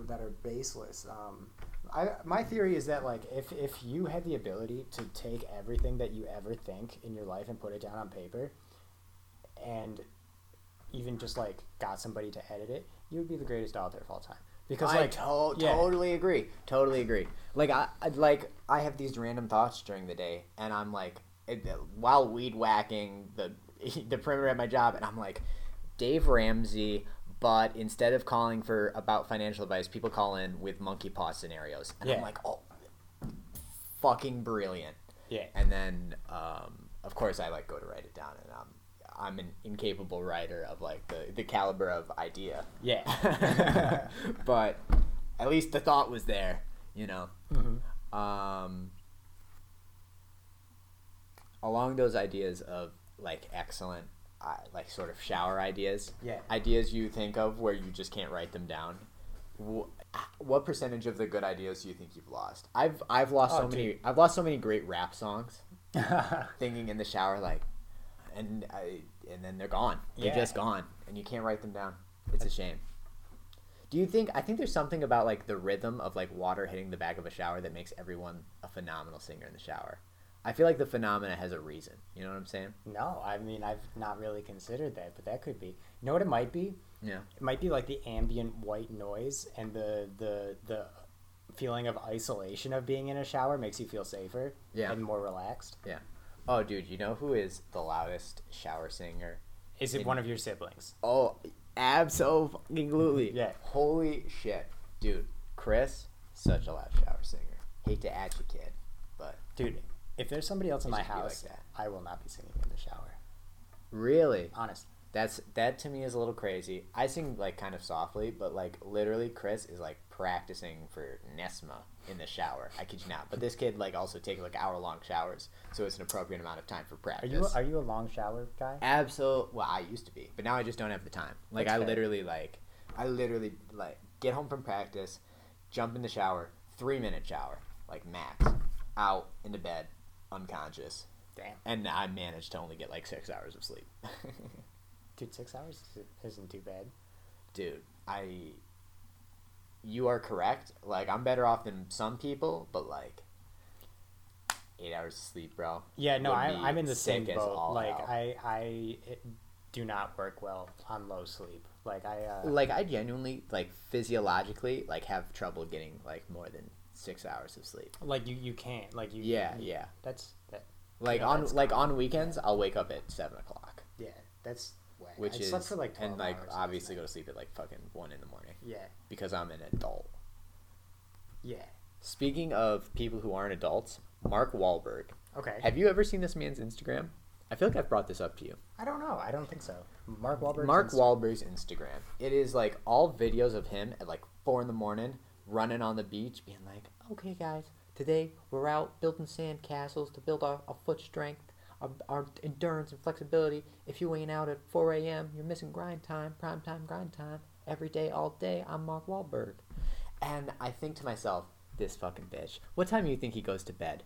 Speaker 3: that are baseless. Um, I my theory is
Speaker 2: Is that like if if you had the ability to take everything that you ever think in your life and put it down on paper, and even just like got somebody to edit it, you would be the greatest author of all time. Because
Speaker 1: I
Speaker 2: like
Speaker 1: to-
Speaker 2: yeah.
Speaker 1: totally agree. Totally agree. Like I I- like I have these random thoughts during the day, and I'm like, it, while weed whacking the the perimeter at my job, and I'm like, Dave Ramsey. But instead of calling for about financial advice, people call in with monkey paw scenarios, and I'm
Speaker 2: Yeah.
Speaker 1: like, oh, fucking brilliant.
Speaker 2: yeah,
Speaker 1: And then, um, of course, I like go to write it down, and I'm I'm an incapable writer of like the the caliber of idea
Speaker 2: yeah.
Speaker 1: but at least the thought was there, you know.
Speaker 2: Mhm.
Speaker 1: Um, along those ideas of like excellent, uh, like sort of shower ideas,
Speaker 2: Yeah.
Speaker 1: ideas you think of where you just can't write them down. Wh- what percentage of the good ideas do you think you've lost? I've I've lost
Speaker 2: Oh,
Speaker 1: so many. I've lost so many great rap songs. thinking in the shower, like, and I, and then they're gone. They're
Speaker 2: Yeah.
Speaker 1: just gone, and you can't write them down. It's a shame. Do you think? I think there's something about like the rhythm of like water hitting the back of a shower that makes everyone a phenomenal singer in the shower. I feel like the phenomena has a reason. You know what I'm saying?
Speaker 2: No, I mean I've not really considered that, but that could be. You know what it might be?
Speaker 1: Yeah.
Speaker 2: It might be like the ambient white noise and the the the feeling of isolation of being in a shower makes you feel safer
Speaker 1: Yeah.
Speaker 2: and more relaxed.
Speaker 1: Yeah. Oh, dude, you know who is the loudest shower singer?
Speaker 2: Is it
Speaker 1: In-
Speaker 2: one of your siblings?
Speaker 1: Oh, absolutely.
Speaker 2: Yeah.
Speaker 1: Holy shit, dude. Chris, such a loud shower singer. Hate to at you, kid, but
Speaker 2: Dude, if there's somebody else in
Speaker 1: It
Speaker 2: my
Speaker 1: should be like
Speaker 2: house,
Speaker 1: that.
Speaker 2: I will not be singing in the shower.
Speaker 1: really,
Speaker 2: Honest.
Speaker 1: That's that to me is a little crazy. I sing like kind of softly, but like literally, Chris is like practicing for Nesma in the shower. I kid you not. But this kid like also takes like hour long showers, so it's an appropriate amount of time for
Speaker 2: Are
Speaker 1: practice.
Speaker 2: you are you a long shower guy?
Speaker 1: Absol- Well, I used to be, but now I just don't have the time. Like
Speaker 2: That's
Speaker 1: I
Speaker 2: fair.
Speaker 1: literally like, I literally like get home from practice, jump in the shower, three minute shower, like max, out into bed, unconscious,
Speaker 2: Damn.
Speaker 1: and I managed to only get like six hours of sleep.
Speaker 2: Dude, six hours is- isn't too bad.
Speaker 1: dude i you are correct like i'm better off than some people but like eight hours of sleep bro
Speaker 2: Yeah, no,
Speaker 1: would
Speaker 2: I'm,
Speaker 1: be
Speaker 2: I'm in the same
Speaker 1: sick as
Speaker 2: boat.
Speaker 1: all
Speaker 2: Like
Speaker 1: hell.
Speaker 2: I I it, do not work well on low sleep. Like I uh,
Speaker 1: like i genuinely like physiologically like have trouble getting like more than six hours of sleep
Speaker 2: like you you can't like you
Speaker 1: yeah
Speaker 2: you-
Speaker 1: Mm. yeah
Speaker 2: that's that
Speaker 1: like
Speaker 2: Yeah,
Speaker 1: on
Speaker 2: that's
Speaker 1: like on weekends i'll wake up at seven o'clock
Speaker 2: yeah that's whack.
Speaker 1: which
Speaker 2: I
Speaker 1: is
Speaker 2: slept for like 12
Speaker 1: and like
Speaker 2: hours last
Speaker 1: obviously
Speaker 2: night.
Speaker 1: go to sleep at like fucking one in the morning
Speaker 2: yeah
Speaker 1: because i'm an adult
Speaker 2: yeah
Speaker 1: speaking of people who aren't adults mark Wahlberg.
Speaker 2: okay
Speaker 1: Have you ever seen this man's Instagram? I feel like I've brought this up to you.
Speaker 2: I don't know I don't think so Mark Wahlberg
Speaker 1: Mark Wahlberg's Instagram. It is like all videos of him at like four in the morning, running on the beach, being like, "Okay, guys, today we're out building sand castles to build our, our foot strength, our, our endurance and flexibility. If you ain't out at 4 a.m., you're missing grind time, prime time, grind time. Every day, all day. I'm Mark Wahlberg." And I think to myself, "This fucking bitch. What time do you think he goes to bed?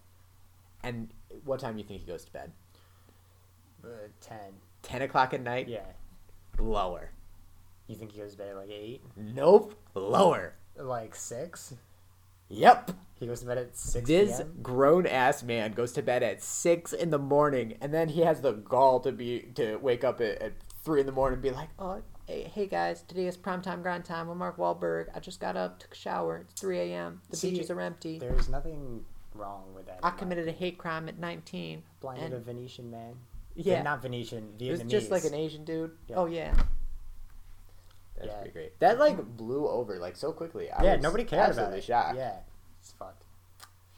Speaker 1: And what time do you think he goes to bed?
Speaker 2: uh, ten
Speaker 1: 10 o'clock at night?
Speaker 2: yeah
Speaker 1: Lower."
Speaker 2: you think he goes to bed at like eight
Speaker 1: Nope, lower.
Speaker 2: like six
Speaker 1: Yep.
Speaker 2: he goes to bed at six
Speaker 1: This
Speaker 2: PM?
Speaker 1: grown ass man goes to bed at six in the morning, and then he has the gall to be to wake up at, at three in the morning and be like, "Oh, hey, hey guys, today is prime time grind time. I'm Mark Wahlberg. I just got up, took a shower. It's three a.m. The
Speaker 2: See,
Speaker 1: beaches are empty."
Speaker 2: there's nothing wrong with that.
Speaker 1: I
Speaker 2: in my
Speaker 1: committed a
Speaker 2: opinion.
Speaker 1: hate crime at 19.
Speaker 2: blinded
Speaker 1: and-
Speaker 2: a Venetian man.
Speaker 1: Yeah.
Speaker 2: not Venetian,
Speaker 1: It was
Speaker 2: Vietnamese.
Speaker 1: just like an Asian dude.
Speaker 2: Yeah.
Speaker 1: Oh yeah. That's
Speaker 2: Yeah.
Speaker 1: pretty great. That like blew over like so quickly. I
Speaker 2: yeah,
Speaker 1: was
Speaker 2: nobody cared about
Speaker 1: absolutely
Speaker 2: it.
Speaker 1: shocked.
Speaker 2: Yeah, it's fucked.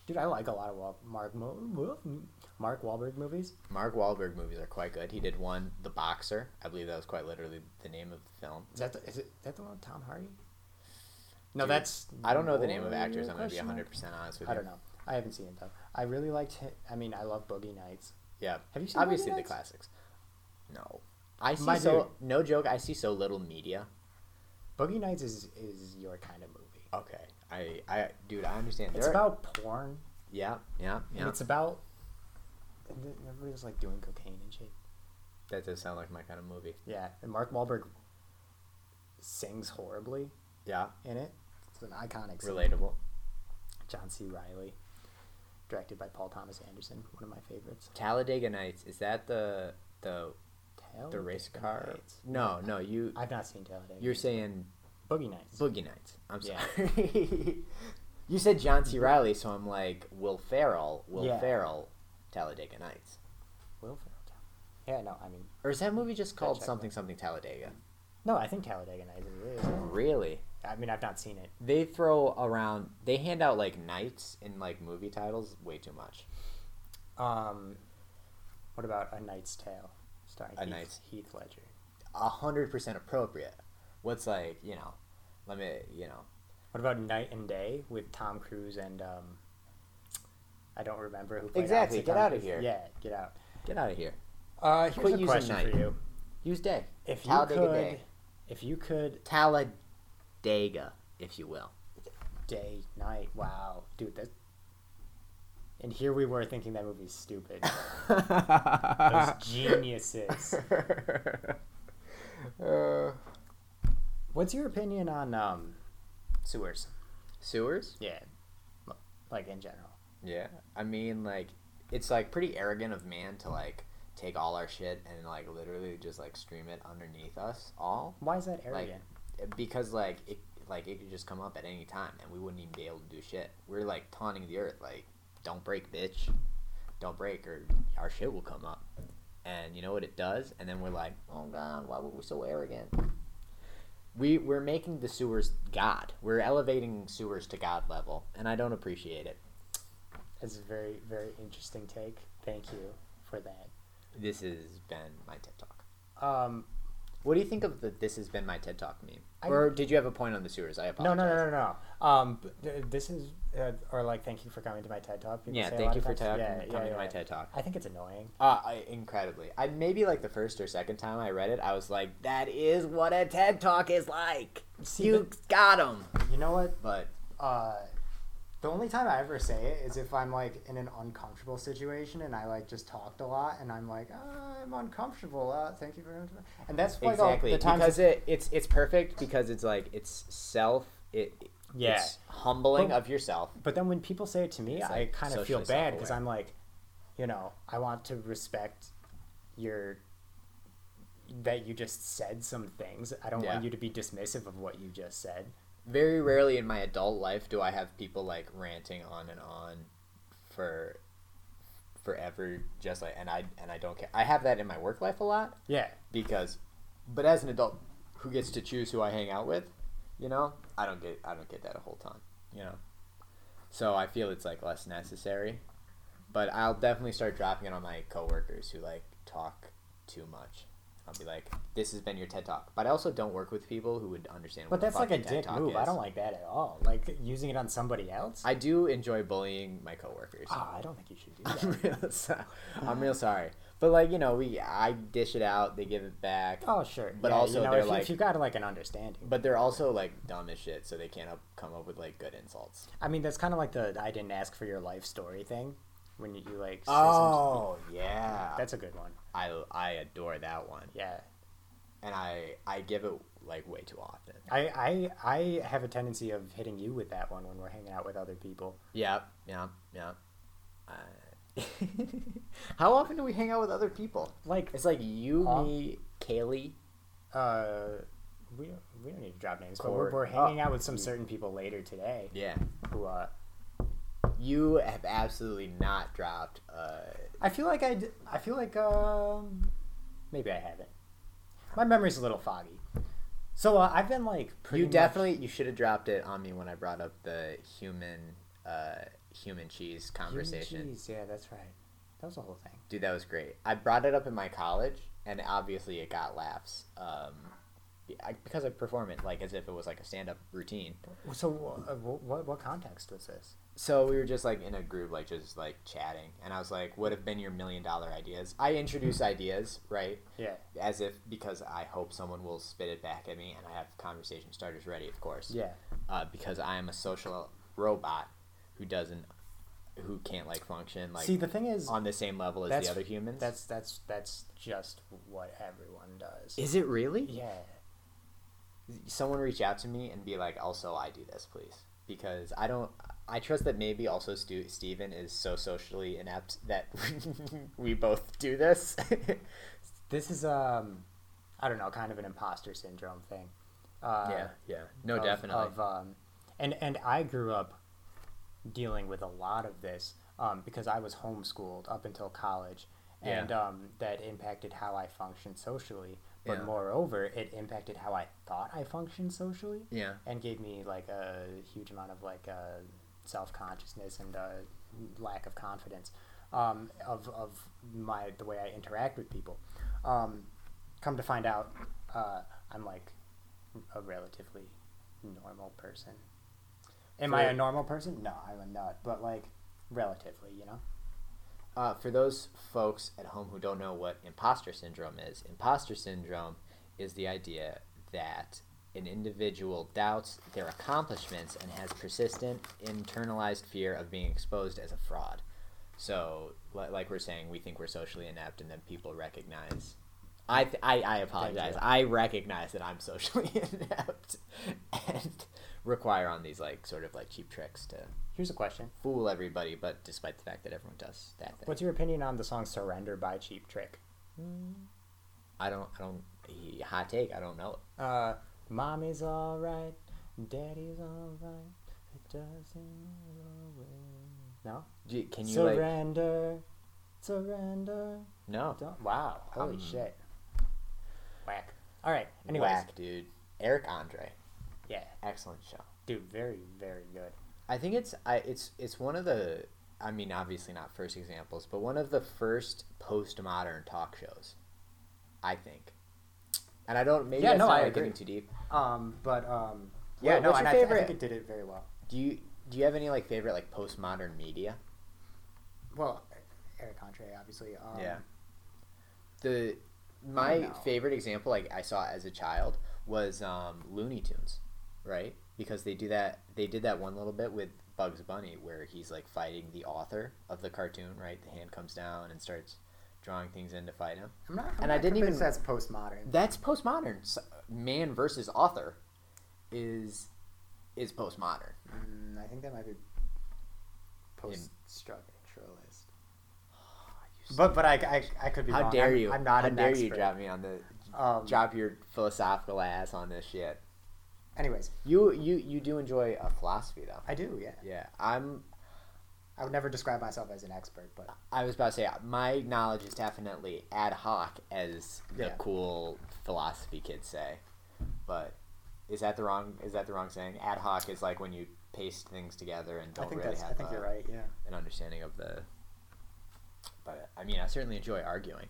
Speaker 2: Dude, I like a lot of Wal- Mark Mo- Mo- Mark Wahlberg movies.
Speaker 1: Mark Wahlberg movies are quite good. He did one, The Boxer. I believe that was quite literally the name of the film.
Speaker 2: Is that the, is it that the one with Tom Hardy? No,
Speaker 1: Dude,
Speaker 2: that's
Speaker 1: I don't know the name of
Speaker 2: Warrior
Speaker 1: actors. I'm gonna be
Speaker 2: question mark.
Speaker 1: 100 percent honest with you.
Speaker 2: I don't know. I haven't seen it though. I really liked. Hi- I mean, I love Boogie Nights.
Speaker 1: Yeah.
Speaker 2: Have you seen
Speaker 1: obviously
Speaker 2: Boogie
Speaker 1: the
Speaker 2: Nights?
Speaker 1: classics? No. I see
Speaker 2: My
Speaker 1: so no joke. I see so little media.
Speaker 2: Boogie Nights is is your kind of movie.
Speaker 1: Okay. I I dude I understand.
Speaker 2: It's
Speaker 1: There are-
Speaker 2: about porn.
Speaker 1: yeah yeah
Speaker 2: And
Speaker 1: yeah.
Speaker 2: it's about and then everybody was like doing cocaine and shit.
Speaker 1: that does sound like my kind of movie.
Speaker 2: Yeah, and Mark Wahlberg sings horribly
Speaker 1: Yeah.
Speaker 2: in it. It's an iconic. scene.
Speaker 1: Relatable.
Speaker 2: John C. Riley, directed by Paul Thomas Anderson, one of my favorites.
Speaker 1: Talladega Nights. Is that the the
Speaker 2: Talladega
Speaker 1: the race car?
Speaker 2: Nights.
Speaker 1: No no you
Speaker 2: I've not seen Talladega.
Speaker 1: you're saying
Speaker 2: Boogie Nights.
Speaker 1: Boogie Nights. I'm
Speaker 2: Yeah. Mm-hmm.
Speaker 1: sorry. you said John C. Riley, so I'm like Will Ferrell. Will
Speaker 2: Yeah.
Speaker 1: Ferrell. Talladega Nights.
Speaker 2: Will Ferrell. Tal- Yeah, no, I mean,
Speaker 1: Or is that movie just called
Speaker 2: check
Speaker 1: something something Talladega?
Speaker 2: no, I think Talladega Nights is. is.
Speaker 1: Really?
Speaker 2: I mean, I've not seen it.
Speaker 1: They throw around. They hand out like nights in like movie titles way too much.
Speaker 2: Um, what about A Knight's Tale, starring
Speaker 1: A
Speaker 2: Heath,
Speaker 1: Knight's-
Speaker 2: Heath Ledger?
Speaker 1: A hundred percent appropriate. What's like you know, let me you know.
Speaker 2: What about Night and Day with Tom Cruise and um, I don't remember who. Played
Speaker 1: Exactly,
Speaker 2: opposite
Speaker 1: get
Speaker 2: Tom
Speaker 1: outta
Speaker 2: Cruise.
Speaker 1: here.
Speaker 2: Yeah, get out.
Speaker 1: Get out of here.
Speaker 2: Uh, here's
Speaker 1: Quit
Speaker 2: a
Speaker 1: using
Speaker 2: question
Speaker 1: night.
Speaker 2: for you.
Speaker 1: Use day.
Speaker 2: If you
Speaker 1: Talladega
Speaker 2: could,
Speaker 1: Day.
Speaker 2: if you could
Speaker 1: Talladega, if you will.
Speaker 2: day, night. Wow, dude, that. And here we were thinking that movie's stupid. Those geniuses. What's your opinion on um, sewers?
Speaker 1: Sewers.
Speaker 2: Yeah, L- like in general.
Speaker 1: Yeah, I mean, like, it's like pretty arrogant of man to like take all our shit and like literally just like stream it underneath us all,
Speaker 2: Why is that
Speaker 1: like,
Speaker 2: arrogant?
Speaker 1: because like it like it could just come up at any time and we wouldn't even be able to do shit. We're like taunting the earth, like, don't break, bitch, don't break, or our shit will come up. And you know what it does? And then we're like, oh god, why were we so arrogant? We, we're making the sewers God. We're elevating sewers to God level, and I don't appreciate it.
Speaker 2: That's a very, very interesting take. Thank you for that.
Speaker 1: This has been my TED Talk.
Speaker 2: Um,
Speaker 1: What do you think of the This Has Been My TED Talk meme?
Speaker 2: I-
Speaker 1: or did you have a point on the sewers? I
Speaker 2: no,
Speaker 1: apologize.
Speaker 2: no, no, no, no. Um, b- th- this is, uh, or like, thank you for coming to my TED talk. People
Speaker 1: Yeah,
Speaker 2: say a
Speaker 1: thank
Speaker 2: lot
Speaker 1: you
Speaker 2: of
Speaker 1: for
Speaker 2: times-
Speaker 1: talking,
Speaker 2: yeah,
Speaker 1: coming
Speaker 2: yeah,
Speaker 1: to my
Speaker 2: yeah.
Speaker 1: TED Talk.
Speaker 2: I think it's annoying.
Speaker 1: Uh, I, incredibly. I Maybe like the first or second time I read it, I was like, that is what a TED Talk is like.
Speaker 2: See,
Speaker 1: you got 'em.
Speaker 2: You know what?
Speaker 1: But
Speaker 2: uh, the only time I ever say it is if I'm like in an uncomfortable situation and I like just talked a lot and I'm like, "Ah, I'm uncomfortable. Uh, thank you very much. And that's like
Speaker 1: exactly.
Speaker 2: all the times.
Speaker 1: because it, it's, it's perfect because it's like, it's self, it,
Speaker 2: Yeah.
Speaker 1: it's humbling
Speaker 2: But-
Speaker 1: of yourself.
Speaker 2: but then when people say it to me,
Speaker 1: It's,
Speaker 2: I
Speaker 1: like,
Speaker 2: kind of feel
Speaker 1: socially
Speaker 2: bad because
Speaker 1: self-aware.
Speaker 2: I'm like, you know, I want to respect your that you just said some things. I don't
Speaker 1: Yeah.
Speaker 2: want you to be dismissive of what you just said.
Speaker 1: very rarely in my adult life do I have people like ranting on and on for forever just like and I and I don't care. I have that in my work life a lot
Speaker 2: Yeah.
Speaker 1: because but as an adult who gets to choose who I hang out with, you know, I don't get I don't get that a whole ton, you know. So I feel it's like less necessary. But I'll definitely start dropping it on my coworkers who like talk too much. I'll be like, "This has been your TED Talk," but I also don't work with people who would understand.
Speaker 2: But
Speaker 1: what
Speaker 2: that's like a
Speaker 1: fucking TED
Speaker 2: dick
Speaker 1: Talk
Speaker 2: move. I
Speaker 1: is.
Speaker 2: don't like that at all. Like using it on somebody else.
Speaker 1: I do enjoy bullying my coworkers.
Speaker 2: Ah, I don't think you should do that.
Speaker 1: I'm real sorry. I'm real sorry. But like you know, we I dish it out, they give it back.
Speaker 2: Oh, sure.
Speaker 1: But
Speaker 2: Yeah,
Speaker 1: also
Speaker 2: you know,
Speaker 1: they're
Speaker 2: if, you-
Speaker 1: like-
Speaker 2: if you got like an understanding.
Speaker 1: But they're also like dumb as shit, so they can't up, come up with like good insults.
Speaker 2: I mean, that's kind of like the I didn't ask for your life story thing when you, you like. say some-
Speaker 1: Oh yeah,
Speaker 2: that's a good one.
Speaker 1: I I adore that one,
Speaker 2: Yeah,
Speaker 1: and I I give it like way too often.
Speaker 2: I I I have a tendency of hitting you with that one when we're hanging out with other people.
Speaker 1: Yep, yeah, yeah. Uh, How often do we hang out with other people?
Speaker 2: Like,
Speaker 1: It's like you,
Speaker 2: Huh?
Speaker 1: me, Kaylee.
Speaker 2: uh, we don't, we don't need to drop names, but
Speaker 1: Cord.
Speaker 2: we're, we're hanging
Speaker 1: Oh.
Speaker 2: out with some certain people later today
Speaker 1: Yeah,
Speaker 2: who uh
Speaker 1: you have absolutely not dropped. Uh,
Speaker 2: I feel like I, d- I feel like um, maybe I haven't. My memory's a little foggy. So uh, I've been like pretty
Speaker 1: you
Speaker 2: much-
Speaker 1: definitely you should have dropped it on me when I brought up the human uh, human cheese conversation.
Speaker 2: Oh, Jeez, yeah, that's right. That was the whole thing.
Speaker 1: Dude, that was great. I brought it up in my college, and obviously it got laughs. Um, I, because I perform it like as if it was like a stand up routine.
Speaker 2: So uh, what what context was this?
Speaker 1: So we were just like in a group, like just like chatting, and I was like, "What have been your million dollar ideas?" I introduce ideas, right?
Speaker 2: Yeah.
Speaker 1: As if because I hope someone will spit it back at me, and I have conversation starters ready, of course.
Speaker 2: Yeah.
Speaker 1: Uh, because I am a social robot who doesn't, who can't like function like
Speaker 2: See, the thing is,
Speaker 1: on the same level as
Speaker 2: that's-
Speaker 1: the other humans.
Speaker 2: that's that's that's just what everyone does.
Speaker 1: is it really?
Speaker 2: yeah.
Speaker 1: someone reach out to me and be like, also, I do this, please. Because I don't, I trust that maybe also Stu- Steven is so socially inept that we both do this.
Speaker 2: This is um, I don't know, kind of an imposter syndrome thing. Uh,
Speaker 1: yeah. No,
Speaker 2: of-
Speaker 1: definitely.
Speaker 2: Of, um, and and I grew up dealing with a lot of this um, because I was homeschooled up until college,
Speaker 1: Yeah.
Speaker 2: and um, that impacted how I functioned socially. But
Speaker 1: Yeah.
Speaker 2: moreover, it impacted how I thought I functioned socially,
Speaker 1: yeah.
Speaker 2: and gave me like a huge amount of like uh, self consciousness and uh, lack of confidence um, of of my the way I interact with people. Um, come to find out, uh, I'm like a relatively normal person. Am I
Speaker 1: For-
Speaker 2: a normal person? No, I'm a nut, but like relatively, you know.
Speaker 1: Uh, for those folks at home who don't know what imposter syndrome is, imposter syndrome is the idea that an individual doubts their accomplishments and has persistent internalized fear of being exposed as a fraud. So, li- like we're saying, we think we're socially inept, and then people recognize. I, th- I, I apologize. I recognize that I'm socially inept and require on these like sort of like cheap tricks to
Speaker 2: Here's a question:
Speaker 1: fool everybody, but despite the fact that everyone does that thing.
Speaker 2: What's your opinion on the song "Surrender" by Cheap Trick?
Speaker 1: I don't. I don't. he- Hot take. I don't know.
Speaker 2: Uh, mommy's alright, daddy's alright, it doesn't always. No?
Speaker 1: Do, can you like?
Speaker 2: surrender, surrender.
Speaker 1: No.
Speaker 2: Don't, wow, holy
Speaker 1: Um,
Speaker 2: shit. Mm. Whack. Alright, anyways.
Speaker 1: Whack, dude. Eric Andre.
Speaker 2: Yeah,
Speaker 1: Excellent show.
Speaker 2: dude, very, very good.
Speaker 1: I think it's. I. It's. It's one of the. I mean, obviously not first examples, but one of the first postmodern talk shows. I think. And I don't. Maybe
Speaker 2: Yeah,
Speaker 1: that's
Speaker 2: no,
Speaker 1: not
Speaker 2: I
Speaker 1: like
Speaker 2: agree.
Speaker 1: getting too deep.
Speaker 2: Um, but, um,
Speaker 1: Yeah,
Speaker 2: what-
Speaker 1: no,
Speaker 2: what's
Speaker 1: and
Speaker 2: your
Speaker 1: I th- I
Speaker 2: favorite?
Speaker 1: think
Speaker 2: did it very well.
Speaker 1: Do you? Do you have any like favorite like postmodern media?
Speaker 3: Well, Eric Andre, obviously. Um,
Speaker 1: Yeah. The
Speaker 2: Oh,
Speaker 1: my
Speaker 3: know.
Speaker 1: favorite example like I saw as a child was um, Looney Tunes, right? Because they do that they did that one little bit with Bugs Bunny where he's like fighting the author of the cartoon, right? The hand comes down and starts drawing things in to fight him.
Speaker 3: I'm not. I'm
Speaker 1: And
Speaker 3: not
Speaker 1: I didn't even-
Speaker 3: convinced That's postmodern.
Speaker 1: That's postmodern. S- Man versus author is is postmodern.
Speaker 3: Mm, I think that might be post-structuralist.
Speaker 2: But, but I, I, I could be
Speaker 1: How
Speaker 2: wrong.
Speaker 1: dare
Speaker 2: I'm-
Speaker 1: you?
Speaker 2: I'm not
Speaker 1: How
Speaker 2: an
Speaker 1: dare
Speaker 2: expert.
Speaker 1: you drop me on the
Speaker 2: Um,
Speaker 1: drop your philosophical ass on this shit.
Speaker 3: Anyways,
Speaker 1: You you you do enjoy a philosophy though.
Speaker 3: I do. Yeah.
Speaker 1: Yeah, I'm.
Speaker 3: I would never describe myself as an expert, but
Speaker 1: I was about to say my knowledge is definitely ad hoc, as the
Speaker 3: Yeah.
Speaker 1: cool philosophy kids say. But is that the wrong? Is that the wrong saying? Ad hoc is like when you paste things together and
Speaker 3: I
Speaker 1: don't
Speaker 3: think
Speaker 1: really
Speaker 3: that's.
Speaker 1: have
Speaker 3: I think
Speaker 1: a-
Speaker 3: you're right. Yeah.
Speaker 1: an understanding of the. But I mean, I certainly enjoy arguing.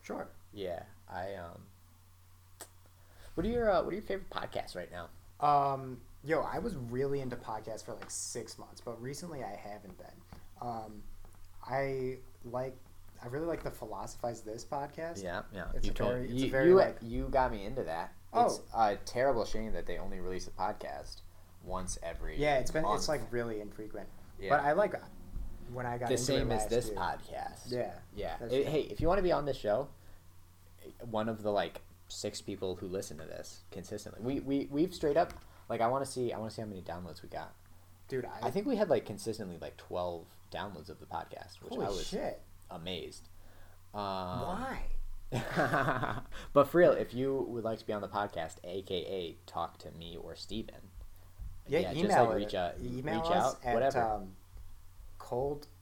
Speaker 3: Sure.
Speaker 1: Yeah, I um. What are your uh, What are your favorite podcasts right now?
Speaker 3: Um, yo, I was really into podcasts for like six months, but recently I haven't been. Um, I like, I really like the Philosophize This podcast.
Speaker 1: Yeah, yeah.
Speaker 3: It's
Speaker 1: you
Speaker 3: a
Speaker 1: told
Speaker 3: very- it's a
Speaker 1: you,
Speaker 3: very,
Speaker 1: you,
Speaker 3: like- Oh.
Speaker 1: you got me into that. It's a terrible shame that they only release a podcast once every.
Speaker 3: Yeah, it's been
Speaker 1: month.
Speaker 3: it's like really infrequent.
Speaker 1: Yeah.
Speaker 3: But I like when I got
Speaker 1: the
Speaker 3: into
Speaker 1: same
Speaker 3: it
Speaker 1: as
Speaker 3: last
Speaker 1: this
Speaker 3: year-
Speaker 1: podcast.
Speaker 3: Yeah,
Speaker 1: yeah.
Speaker 3: that's
Speaker 1: Hey-
Speaker 3: true.
Speaker 1: hey, if you want to be on this show, one of the like six people who listen to this consistently, we we we've straight up like I want to see I want to see how many downloads we got.
Speaker 3: dude, I,
Speaker 1: I think we had like consistently like twelve downloads of the podcast, which
Speaker 3: holy
Speaker 1: I was
Speaker 3: shit.
Speaker 1: amazed. Um,
Speaker 3: Why?
Speaker 1: but for real, if you would like to be on the podcast, aka talk to me or Steven,
Speaker 3: Yeah,
Speaker 1: yeah, just,
Speaker 3: email
Speaker 1: like,
Speaker 3: it-
Speaker 1: reach out-
Speaker 3: Email
Speaker 1: reach
Speaker 3: us
Speaker 1: out,
Speaker 3: at
Speaker 1: whatever.
Speaker 3: um,
Speaker 2: cold.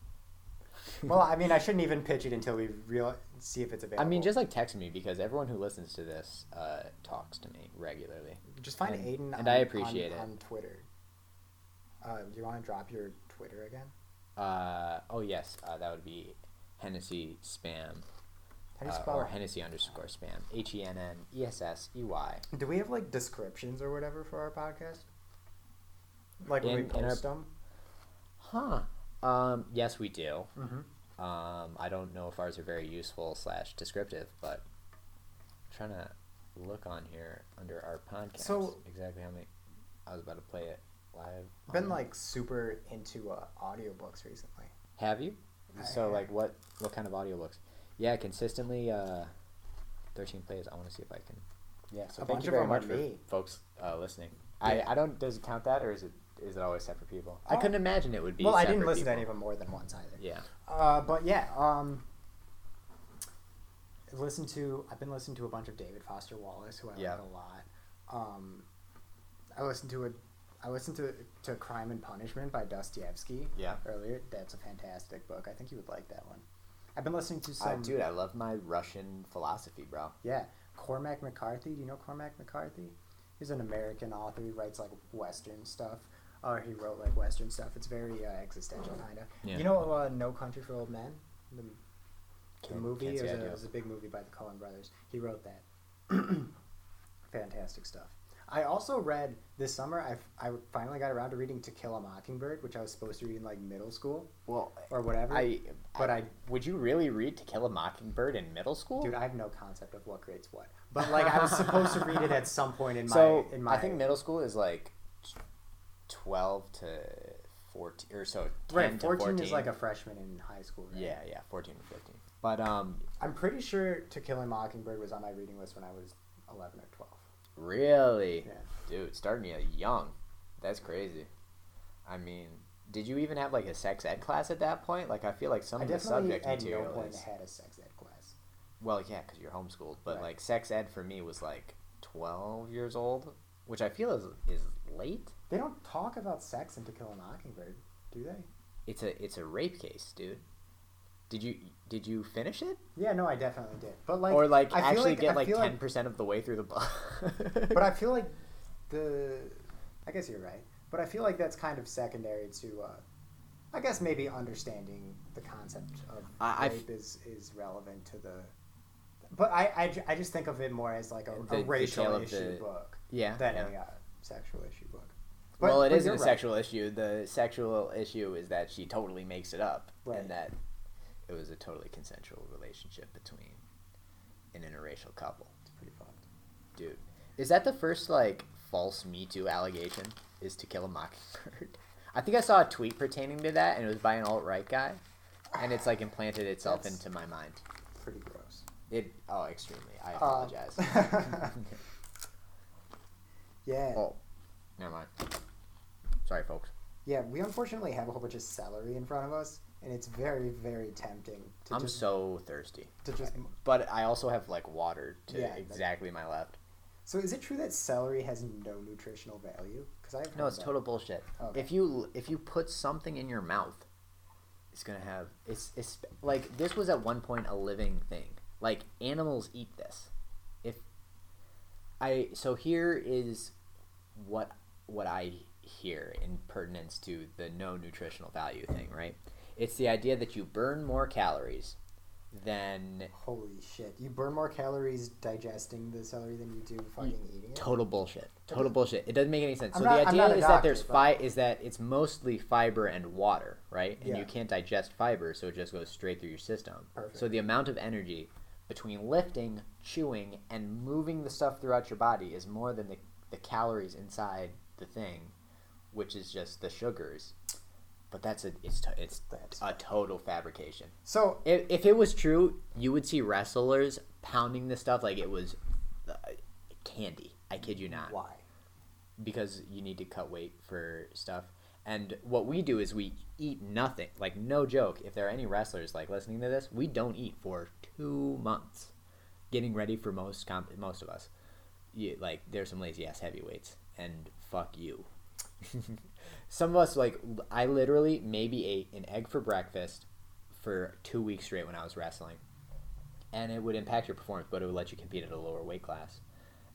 Speaker 4: Well, I mean, I shouldn't even pitch it until we real see if it's
Speaker 1: I
Speaker 4: available.
Speaker 1: mean, just like text me because everyone who listens to this uh, talks to me regularly.
Speaker 2: Just find
Speaker 1: And-
Speaker 2: Aiden.
Speaker 1: and
Speaker 2: on-
Speaker 1: I appreciate
Speaker 2: on,
Speaker 1: it.
Speaker 2: on Twitter. Uh, do you want to drop your Twitter again?
Speaker 1: Uh, oh yes, uh, that would be Hennessy spam
Speaker 2: How do you
Speaker 1: uh,
Speaker 2: spell
Speaker 1: or
Speaker 2: it?
Speaker 1: Hennessy underscore spam. H e n n e s s e y.
Speaker 2: Do we have like descriptions or whatever for our podcast? Like when we
Speaker 1: In- in our-
Speaker 2: post them.
Speaker 1: Huh. Um, yes, we do.
Speaker 2: Mm-hmm.
Speaker 1: Um, I don't know if ours are very useful slash descriptive, but I'm trying to look on here under our podcast.
Speaker 2: So-
Speaker 1: exactly how many? I was about to play it live. Um,
Speaker 2: Been
Speaker 1: on-
Speaker 2: like super into uh, audiobooks recently.
Speaker 1: Have you?
Speaker 2: I
Speaker 1: So
Speaker 2: have.
Speaker 1: like what what kind of audiobooks? Yeah, consistently uh, thirteen plays. I want to see if I can. Yeah. So
Speaker 2: A
Speaker 1: thank
Speaker 2: bunch
Speaker 1: you
Speaker 2: of
Speaker 1: very
Speaker 2: them are
Speaker 1: much for
Speaker 2: me.
Speaker 1: folks uh, listening. I, I don't does it count that or is it is it always separate people? I couldn't
Speaker 2: Oh.
Speaker 1: imagine it would be.
Speaker 2: Well, I didn't
Speaker 1: separate
Speaker 2: listen to any of
Speaker 1: people.
Speaker 2: them more than once either.
Speaker 1: Yeah.
Speaker 2: Uh, but yeah, um, listen to. I've been listening to a bunch of David Foster Wallace, who I
Speaker 1: Yeah.
Speaker 2: like a lot. Um, I listened to a, I listened to to Crime and Punishment by Dostoevsky.
Speaker 1: Yeah.
Speaker 2: Earlier, that's a fantastic book. I think you would like that one. I've been listening to
Speaker 1: Uh,
Speaker 2: some.
Speaker 1: dude, I love my Russian philosophy, bro.
Speaker 2: Yeah, Cormac McCarthy. Do you know Cormac McCarthy? He's an American author. He writes like Western stuff, or he wrote like Western stuff. It's very uh, existential, kind of.
Speaker 1: Mm-hmm. Yeah.
Speaker 2: You know, uh, No Country for Old Men, the, the
Speaker 1: Can't-
Speaker 2: movie.
Speaker 1: can't
Speaker 2: It
Speaker 1: say
Speaker 2: was,
Speaker 1: I
Speaker 2: a,
Speaker 1: do.
Speaker 2: it was a big movie by the Coen Brothers. He wrote that. Fantastic stuff. I also read this summer. I, f- I finally got around to reading To Kill a Mockingbird, which I was supposed to read in like middle school
Speaker 1: Well,
Speaker 2: or whatever.
Speaker 1: I
Speaker 2: But I-
Speaker 1: would you really read To Kill a Mockingbird in middle school?
Speaker 2: Dude, I have no concept of what grades what, but like I was supposed to read it at some point in my
Speaker 1: so
Speaker 2: in my.
Speaker 1: I think middle school is like t- twelve to fourteen or so. 10
Speaker 2: right,
Speaker 1: to
Speaker 2: 14,
Speaker 1: 14
Speaker 2: is like a freshman in high school. Right?
Speaker 1: Yeah, yeah, fourteen to fifteen. But um,
Speaker 2: I'm pretty sure To Kill a Mockingbird was on my reading list when I was 11 or 12.
Speaker 1: really,
Speaker 2: Yeah.
Speaker 1: dude, starting you young, that's crazy. I mean, did you even have like a sex ed class at that point? Like, I feel like some
Speaker 2: I
Speaker 1: of the
Speaker 2: definitely
Speaker 1: subject
Speaker 2: at no
Speaker 1: material
Speaker 2: point
Speaker 1: is
Speaker 2: had a sex ed class.
Speaker 1: well, yeah, because you're homeschooled. But
Speaker 2: Right.
Speaker 1: like, sex ed for me was like twelve years old, which I feel is is late.
Speaker 2: They don't talk about sex in To Kill a Mockingbird, do they?
Speaker 1: It's a it's a rape case, dude. Did you did you finish it?
Speaker 2: Yeah, no, I definitely did. But like,
Speaker 1: or like
Speaker 2: I feel
Speaker 1: actually
Speaker 2: I
Speaker 1: get like
Speaker 2: feel
Speaker 1: ten percent of the way through the book.
Speaker 2: but I feel like the. I guess you're right. But I feel like that's kind of secondary to. Uh, I guess maybe understanding the concept of
Speaker 1: I- I-
Speaker 2: rape is, is relevant to the. But I, I, ju- I just think of it more as like a,
Speaker 1: The-
Speaker 2: a
Speaker 1: the tale
Speaker 2: racial
Speaker 1: of
Speaker 2: issue
Speaker 1: the-
Speaker 2: book
Speaker 1: yeah,
Speaker 2: than
Speaker 1: yeah.
Speaker 2: a uh, sexual issue book.
Speaker 1: well, it
Speaker 2: but
Speaker 1: isn't a
Speaker 2: you're right.
Speaker 1: sexual issue. The sexual issue is that she totally makes it up,
Speaker 2: Right.
Speaker 1: and that it was a totally consensual relationship between an interracial couple.
Speaker 2: It's pretty fucked.
Speaker 1: Dude, is that the first like false Me Too allegation? Is to kill a mockingbird? I think I saw a tweet pertaining to that, and it was by an alt right guy, and it's like implanted itself
Speaker 2: That's-
Speaker 1: into my mind.
Speaker 2: Pretty gross.
Speaker 1: It oh, extremely. I
Speaker 2: Uh,
Speaker 1: apologize.
Speaker 2: Yeah.
Speaker 1: oh, never mind. Sorry, folks.
Speaker 2: Yeah, we unfortunately have a whole bunch of celery in front of us, and it's very, very tempting to
Speaker 1: I'm
Speaker 2: just
Speaker 1: so thirsty.
Speaker 2: to just.
Speaker 1: But I also have like water to
Speaker 2: Yeah, that-
Speaker 1: exactly my left.
Speaker 2: So is it true that celery has no nutritional value? Because I've
Speaker 1: No,
Speaker 2: heard
Speaker 1: it's
Speaker 2: that.
Speaker 1: total bullshit.
Speaker 2: Okay.
Speaker 1: If you if you put something in your mouth, it's gonna have it's it's like this was at one point a living thing. Like animals eat this. If I so here is what what I hear in pertinence to the no nutritional value thing, right? It's the idea that you burn more calories than
Speaker 2: Holy shit! You burn more calories digesting the celery than you do fucking eating it.
Speaker 1: Total bullshit. Total bullshit. It doesn't make any sense.
Speaker 2: I'm
Speaker 1: So
Speaker 2: not-
Speaker 1: the
Speaker 2: I'm not
Speaker 1: idea
Speaker 2: a
Speaker 1: is that
Speaker 2: doctor,
Speaker 1: there's fi-
Speaker 2: but-
Speaker 1: is that it's mostly fiber and water, right? And
Speaker 2: Yeah.
Speaker 1: you can't digest fiber, so it just goes straight through your system. So
Speaker 2: Perfect.
Speaker 1: the amount of energy between lifting, chewing, and moving the stuff throughout your body is more than the, the calories inside the thing, which is just the sugars. But that's a it's to it's
Speaker 2: That's-
Speaker 1: a total fabrication.
Speaker 2: So
Speaker 1: If, if it was true, you would see wrestlers pounding this stuff like it was uh, candy. I kid you not.
Speaker 2: why?
Speaker 1: Because you need to cut weight for stuff. And what we do is we eat nothing. Like no joke. If there are any wrestlers like listening to this, we don't eat for two months, getting ready for most comp- most of us. You, like there's some lazy ass heavyweights, and fuck you. Some of us like l- I literally maybe ate an egg for breakfast for two weeks straight when I was wrestling, and it would impact your performance, but it would let you compete at a lower weight class.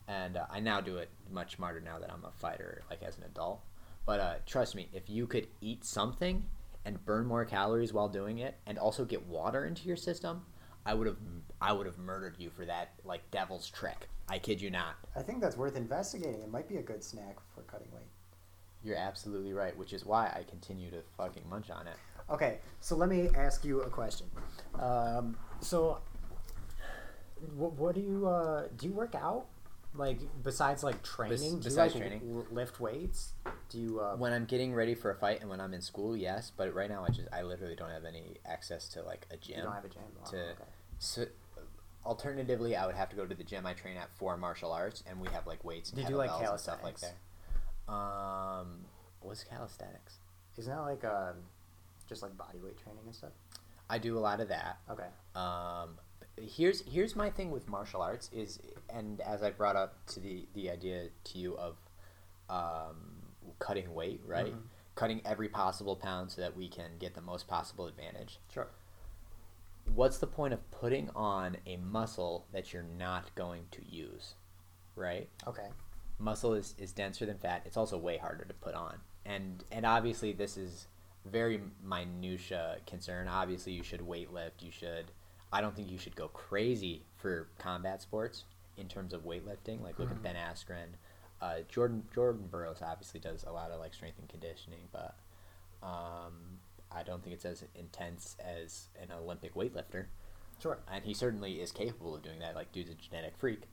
Speaker 1: And uh, I now do it much smarter now that I'm a fighter, like as an adult. But uh, trust me, if you could eat something and burn more calories while doing it, and also get water into your system, I would have I would have murdered you for that like devil's trick. I kid you not.
Speaker 3: I think that's worth investigating. It might be a good snack for cutting weight.
Speaker 1: You're absolutely right, which is why I continue to fucking munch on it.
Speaker 3: Okay, so let me ask you a question. Um, so,
Speaker 2: What, what do you uh, do? You work out? Like besides like training, do you,
Speaker 1: besides
Speaker 2: like,
Speaker 1: training.
Speaker 2: l- lift weights? Do you? Uh,
Speaker 1: When I'm getting ready for a fight and when I'm in school, yes, but right now I just I literally don't have any access to like a gym.
Speaker 2: you don't have a gym. Oh,
Speaker 1: to
Speaker 2: okay.
Speaker 1: So, alternatively, I would have to go to the gym I train at for martial arts, and we have like weights and
Speaker 2: They
Speaker 1: kettlebells
Speaker 2: do, like,
Speaker 1: and stuff like
Speaker 2: calisthenics.
Speaker 1: that. Um, what's calisthenics?
Speaker 2: Isn't that like um, just like body weight training and stuff?
Speaker 1: I do a lot of that.
Speaker 2: Okay.
Speaker 1: Um, here's here's my thing with martial arts is, and as I brought up to the the idea to you of um, cutting weight, right?
Speaker 2: Mm-hmm.
Speaker 1: Cutting every possible pound so that we can get the most possible advantage.
Speaker 2: Sure.
Speaker 1: What's the point of putting on a muscle that you're not going to use, right?
Speaker 2: Okay.
Speaker 1: muscle is, is denser than fat it's also way harder to put on and and obviously this is very minutia concern obviously you should weight lift you should i don't think you should go crazy for combat sports in terms of weightlifting like look at ben askren uh, jordan jordan burroughs obviously does a lot of like strength and conditioning but um, i don't think it's as intense as an olympic weightlifter
Speaker 2: Sure.
Speaker 1: and he certainly is capable of doing that. Like, dude's a genetic freak.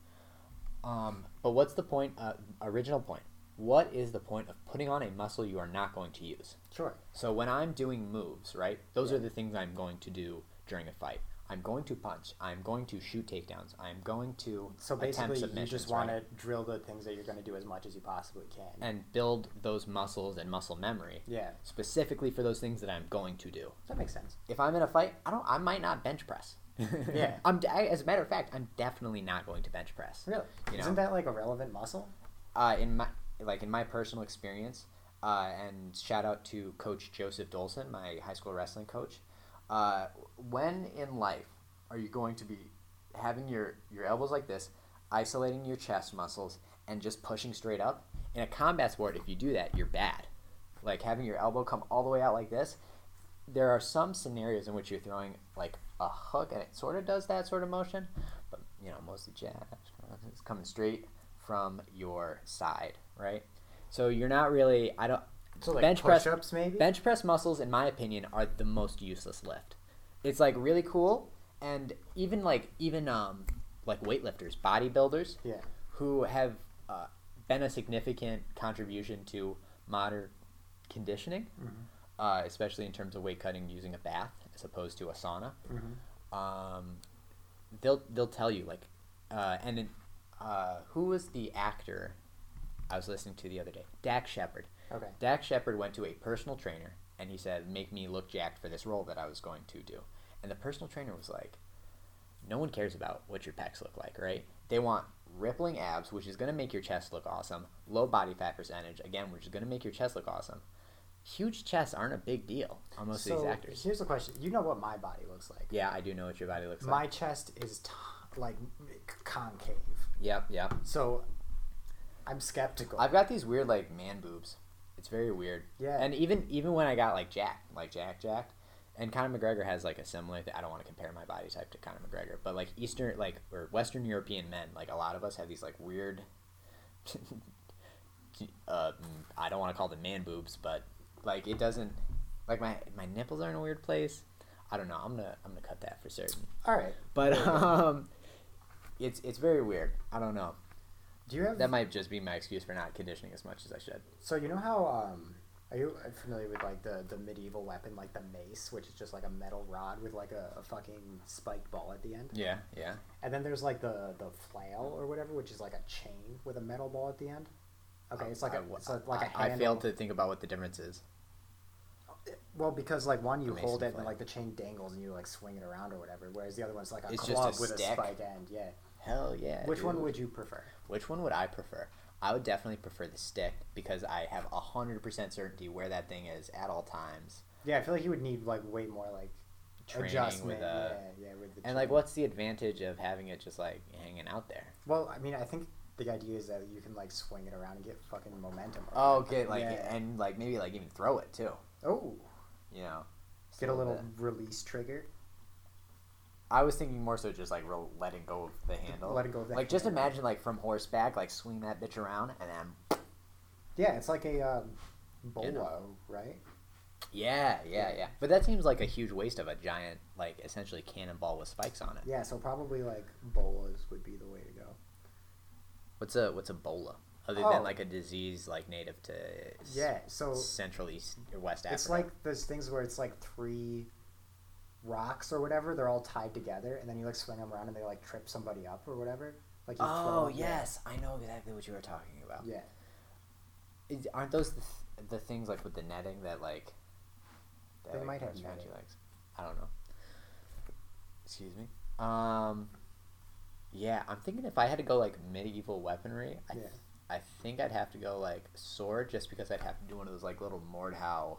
Speaker 1: Um, but what's the point? Uh, original point. What is the point of putting on a muscle you are not going to use?
Speaker 2: Sure.
Speaker 1: So when I'm doing moves, right? Those
Speaker 2: Yeah.
Speaker 1: are the things I'm going to do during a fight. I'm going to punch. I'm going to shoot takedowns. I'm going to
Speaker 2: So
Speaker 1: attempt
Speaker 2: basically, you
Speaker 1: submissions.
Speaker 2: just want
Speaker 1: right?
Speaker 2: to drill the things that you're going to do as much as you possibly can.
Speaker 1: and build those muscles and muscle memory
Speaker 2: yeah,
Speaker 1: specifically for those things that I'm going to do.
Speaker 2: that makes sense.
Speaker 1: if I'm in a fight, I don't. I might not bench press.
Speaker 2: Yeah.
Speaker 1: I'm. I, as a matter of fact, I'm definitely not going to bench press.
Speaker 2: Really?
Speaker 1: You know?
Speaker 2: Isn't that like a relevant muscle?
Speaker 1: Uh, in my like in my personal experience, uh, and shout out to Coach Joseph Dolson, my high school wrestling coach. Uh, when in life are you going to be having your your elbows like this, isolating your chest muscles, and just pushing straight up? In a combat sport, if you do that, you're bad. Like having your elbow come all the way out like this, there are some scenarios in which you're throwing like a hook and it sort of does that sort of motion, but you know, mostly jabs. It's coming straight from your side, right? So you're not really I don't
Speaker 2: So like
Speaker 1: bench press
Speaker 2: push-ups, maybe.
Speaker 1: bench press muscles in my opinion are the most useless lift. It's like really cool and even like even um like weightlifters, bodybuilders,
Speaker 2: yeah.
Speaker 1: who have uh, been a significant contribution to modern conditioning, uh, especially in terms of weight cutting using a bath as opposed to a sauna. Um, they'll they'll tell you like, uh, and it- uh, who was the actor I was listening to the other day? Dax Shepard.
Speaker 2: Okay.
Speaker 1: Dak Shepard went to a personal trainer and he said, "Make me look jacked for this role that I was going to do." And the personal trainer was like, "No one cares about what your pecs look like, right? They want rippling abs, which is going to make your chest look awesome. Low body fat percentage, again, which is going to make your chest look awesome. Huge chests aren't a big deal on most
Speaker 2: so
Speaker 1: of these actors.
Speaker 2: here's the question: You know what my body looks like?
Speaker 1: Yeah, I do know what your body looks
Speaker 2: My
Speaker 1: like.
Speaker 2: chest is t- like concave,
Speaker 1: Yep, yep.
Speaker 2: so I'm skeptical.
Speaker 1: I've got these weird like man boobs. It's very weird.
Speaker 2: Yeah.
Speaker 1: And even even when I got like jacked, like Jack jacked, and Conor McGregor has like a similar. Th- I don't want to compare my body type to Conor McGregor, but like Eastern like or Western European men, like a lot of us have these like weird. uh, mm, I don't want to call them man boobs, but like it doesn't like my my nipples are in a weird place. I don't know. I'm gonna I'm gonna cut that for certain.
Speaker 2: All right.
Speaker 1: But um, it's it's very weird. I don't know.
Speaker 2: Do you have
Speaker 1: That might just be my excuse for not conditioning as much as I should.
Speaker 2: So you know how um are you familiar with like the the medieval weapon like the mace, which is just like a metal rod with like a, a fucking spiked ball at the end?
Speaker 1: Yeah, yeah.
Speaker 2: And then there's like the the flail or whatever, which is like a chain with a metal ball at the end. Okay, it's like a
Speaker 1: I-
Speaker 2: it's like, like a
Speaker 1: I- I
Speaker 2: handle.
Speaker 1: failed to think about what the difference is.
Speaker 2: Well, because like one you
Speaker 1: mace
Speaker 2: hold it
Speaker 1: and
Speaker 2: and then,
Speaker 1: flail.
Speaker 2: like the chain dangles and you like swing it around or whatever, whereas the other one's like a
Speaker 1: It's just
Speaker 2: club
Speaker 1: a
Speaker 2: with
Speaker 1: stick.
Speaker 2: a spike end. Yeah.
Speaker 1: Hell yeah.
Speaker 2: Which one
Speaker 1: dude.
Speaker 2: would you prefer?
Speaker 1: Which one would I prefer? I would definitely prefer the stick because I have hundred percent certainty where that thing is at all times.
Speaker 2: Yeah, I feel like you would need like way more like
Speaker 1: Training
Speaker 2: adjustment.
Speaker 1: with a
Speaker 2: yeah, yeah, with the
Speaker 1: and like
Speaker 2: training.
Speaker 1: what's the advantage of having it just like hanging out there?
Speaker 2: Well, I mean, I think the idea is that you can like swing it around and get fucking momentum.
Speaker 1: Oh, get like
Speaker 2: like- Yeah.
Speaker 1: and like maybe like even throw it too.
Speaker 2: Oh,
Speaker 1: You know, Just
Speaker 2: get a little
Speaker 1: bit.
Speaker 2: release trigger.
Speaker 1: I was thinking more so just like real letting go of the handle.
Speaker 2: letting go of the
Speaker 1: Like just
Speaker 2: handle.
Speaker 1: imagine like from horseback, like swing that bitch around and then
Speaker 2: Yeah, it's like a um, bolo,
Speaker 1: You know.
Speaker 2: right?
Speaker 1: yeah, yeah, yeah. But that seems like a huge waste of a giant like essentially cannonball with spikes on it.
Speaker 2: Yeah, so probably like bolas would be the way to go.
Speaker 1: What's a what's Ebola? Other
Speaker 2: Oh.
Speaker 1: than like a disease like native to s-
Speaker 2: Yeah, so
Speaker 1: Central East or West Africa.
Speaker 2: it's like those things where it's like three rocks or whatever. They're all tied together, and then you like swing them around and they like trip somebody up or whatever. Like you throw
Speaker 1: Oh
Speaker 2: 'em-
Speaker 1: yes, I know exactly what you were talking about.
Speaker 2: yeah.
Speaker 1: Is, aren't those the, th- the things like with the netting that like that,
Speaker 2: They
Speaker 1: like,
Speaker 2: might have
Speaker 1: goes around your
Speaker 2: netting.
Speaker 1: legs? I don't know. Excuse me. Um, yeah, I'm thinking if I had to go like medieval weaponry, I,
Speaker 2: Yeah.
Speaker 1: I think I'd have to go like sword, just because I'd have to do one of those like little Mordhau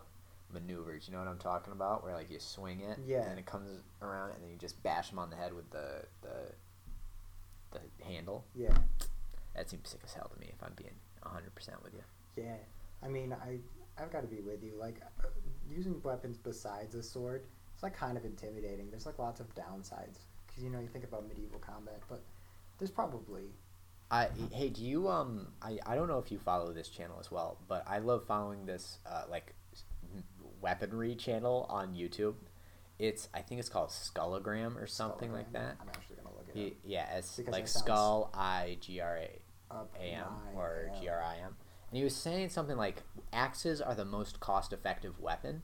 Speaker 1: maneuvers. You know what I'm talking about, where like you swing it,
Speaker 2: Yeah.
Speaker 1: and then it comes around, and then you just bash them on the head with the the the handle.
Speaker 2: yeah,
Speaker 1: That seems sick as hell to me. If I'm being 100 percent with you.
Speaker 2: yeah, I mean, I I've got to be with you. Like uh, using weapons besides a sword, it's like kind of intimidating. There's like lots of downsides because you know you think about medieval combat, but there's probably
Speaker 1: I hey, do you um? I I don't know if you follow this channel as well, but I love following this uh like s- m- weaponry channel on YouTube. It's I think it's called Skullagram or something like that.
Speaker 2: I'm actually gonna look
Speaker 1: Y-
Speaker 2: it
Speaker 1: Yeah, it's
Speaker 2: Because
Speaker 1: like
Speaker 2: that sounds-
Speaker 1: skull i g r a
Speaker 2: up.
Speaker 1: a m
Speaker 2: Nine,
Speaker 1: or
Speaker 2: yeah.
Speaker 1: g r i m, and he was saying something like axes are the most cost effective weapon.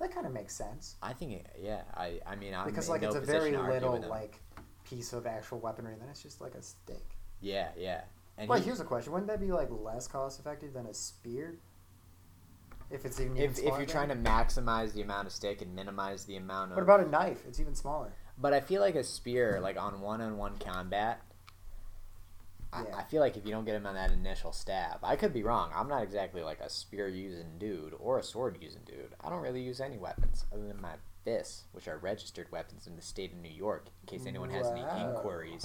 Speaker 2: That kind of makes sense.
Speaker 1: I think it, yeah. I I mean I'm
Speaker 2: because
Speaker 1: in
Speaker 2: like
Speaker 1: no
Speaker 2: it's a
Speaker 1: position
Speaker 2: very
Speaker 1: to argue with
Speaker 2: little
Speaker 1: him.
Speaker 2: like piece of actual weaponry and then it's just like a stick
Speaker 1: yeah yeah. And
Speaker 2: Wait,
Speaker 1: he-
Speaker 2: here's a question wouldn't that be like less cost effective than a spear if it's even, even
Speaker 1: if, if
Speaker 2: smaller
Speaker 1: you're
Speaker 2: than
Speaker 1: trying to
Speaker 2: it?
Speaker 1: maximize the amount of stick and minimize the amount of
Speaker 2: what about a knife it's even smaller
Speaker 1: But I feel like a spear, like on one on one combat,
Speaker 2: Yeah.
Speaker 1: I, I feel like if you don't get him on that initial stab, I could be wrong. I'm not exactly like a spear using dude or a sword using dude. I don't really use any weapons other than my fists, which are registered weapons in the state of New York, in case anyone has any
Speaker 2: Wow.
Speaker 1: inquiries.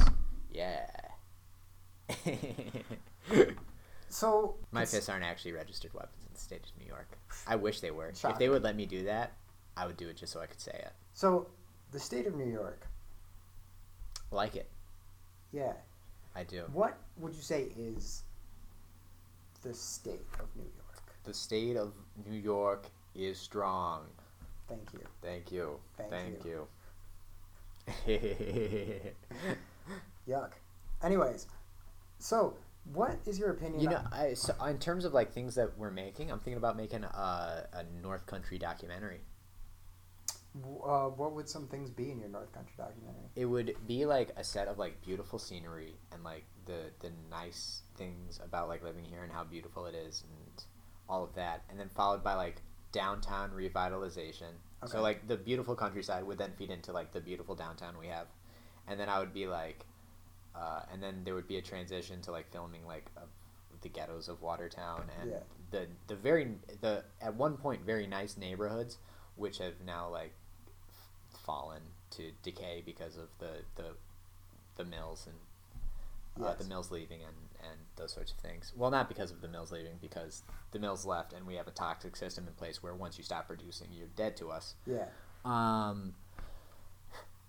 Speaker 1: Yeah.
Speaker 2: so
Speaker 1: my
Speaker 2: it's-
Speaker 1: fists aren't actually registered weapons in the state of New York. I wish they were. If they
Speaker 2: Shocking.
Speaker 1: would let me do that, I would do it just so I could say it.
Speaker 2: so the state of new york
Speaker 1: Like it.
Speaker 2: yeah
Speaker 1: I do.
Speaker 2: what would you say is the state of new york
Speaker 1: The state of New York is strong.
Speaker 2: thank you
Speaker 1: Thank you.
Speaker 2: Thank
Speaker 1: you.
Speaker 2: yuck anyways so what is your opinion
Speaker 1: you know,
Speaker 2: on-
Speaker 1: I, so in terms of like things that we're making, I'm thinking about making a, a North Country documentary.
Speaker 2: w- uh, what would some things be in your north country documentary
Speaker 1: It would be like a set of like beautiful scenery and like the the nice things about like living here and how beautiful it is and all of that, and then followed by like downtown revitalization.
Speaker 2: Okay.
Speaker 1: So like the beautiful countryside would then feed into like the beautiful downtown we have, and then I would be like, uh, and then there would be a transition to like filming like of the ghettos of Watertown and
Speaker 2: Yeah.
Speaker 1: the the very the at one point very nice neighborhoods which have now like f- fallen to decay because of the the, the mills and uh, the
Speaker 2: Yes.
Speaker 1: mills leaving and and those sorts of things. Well, not because of the mills leaving, because the mills left and we have a toxic system in place where once you stop producing, you're dead to us.
Speaker 2: yeah
Speaker 1: Um,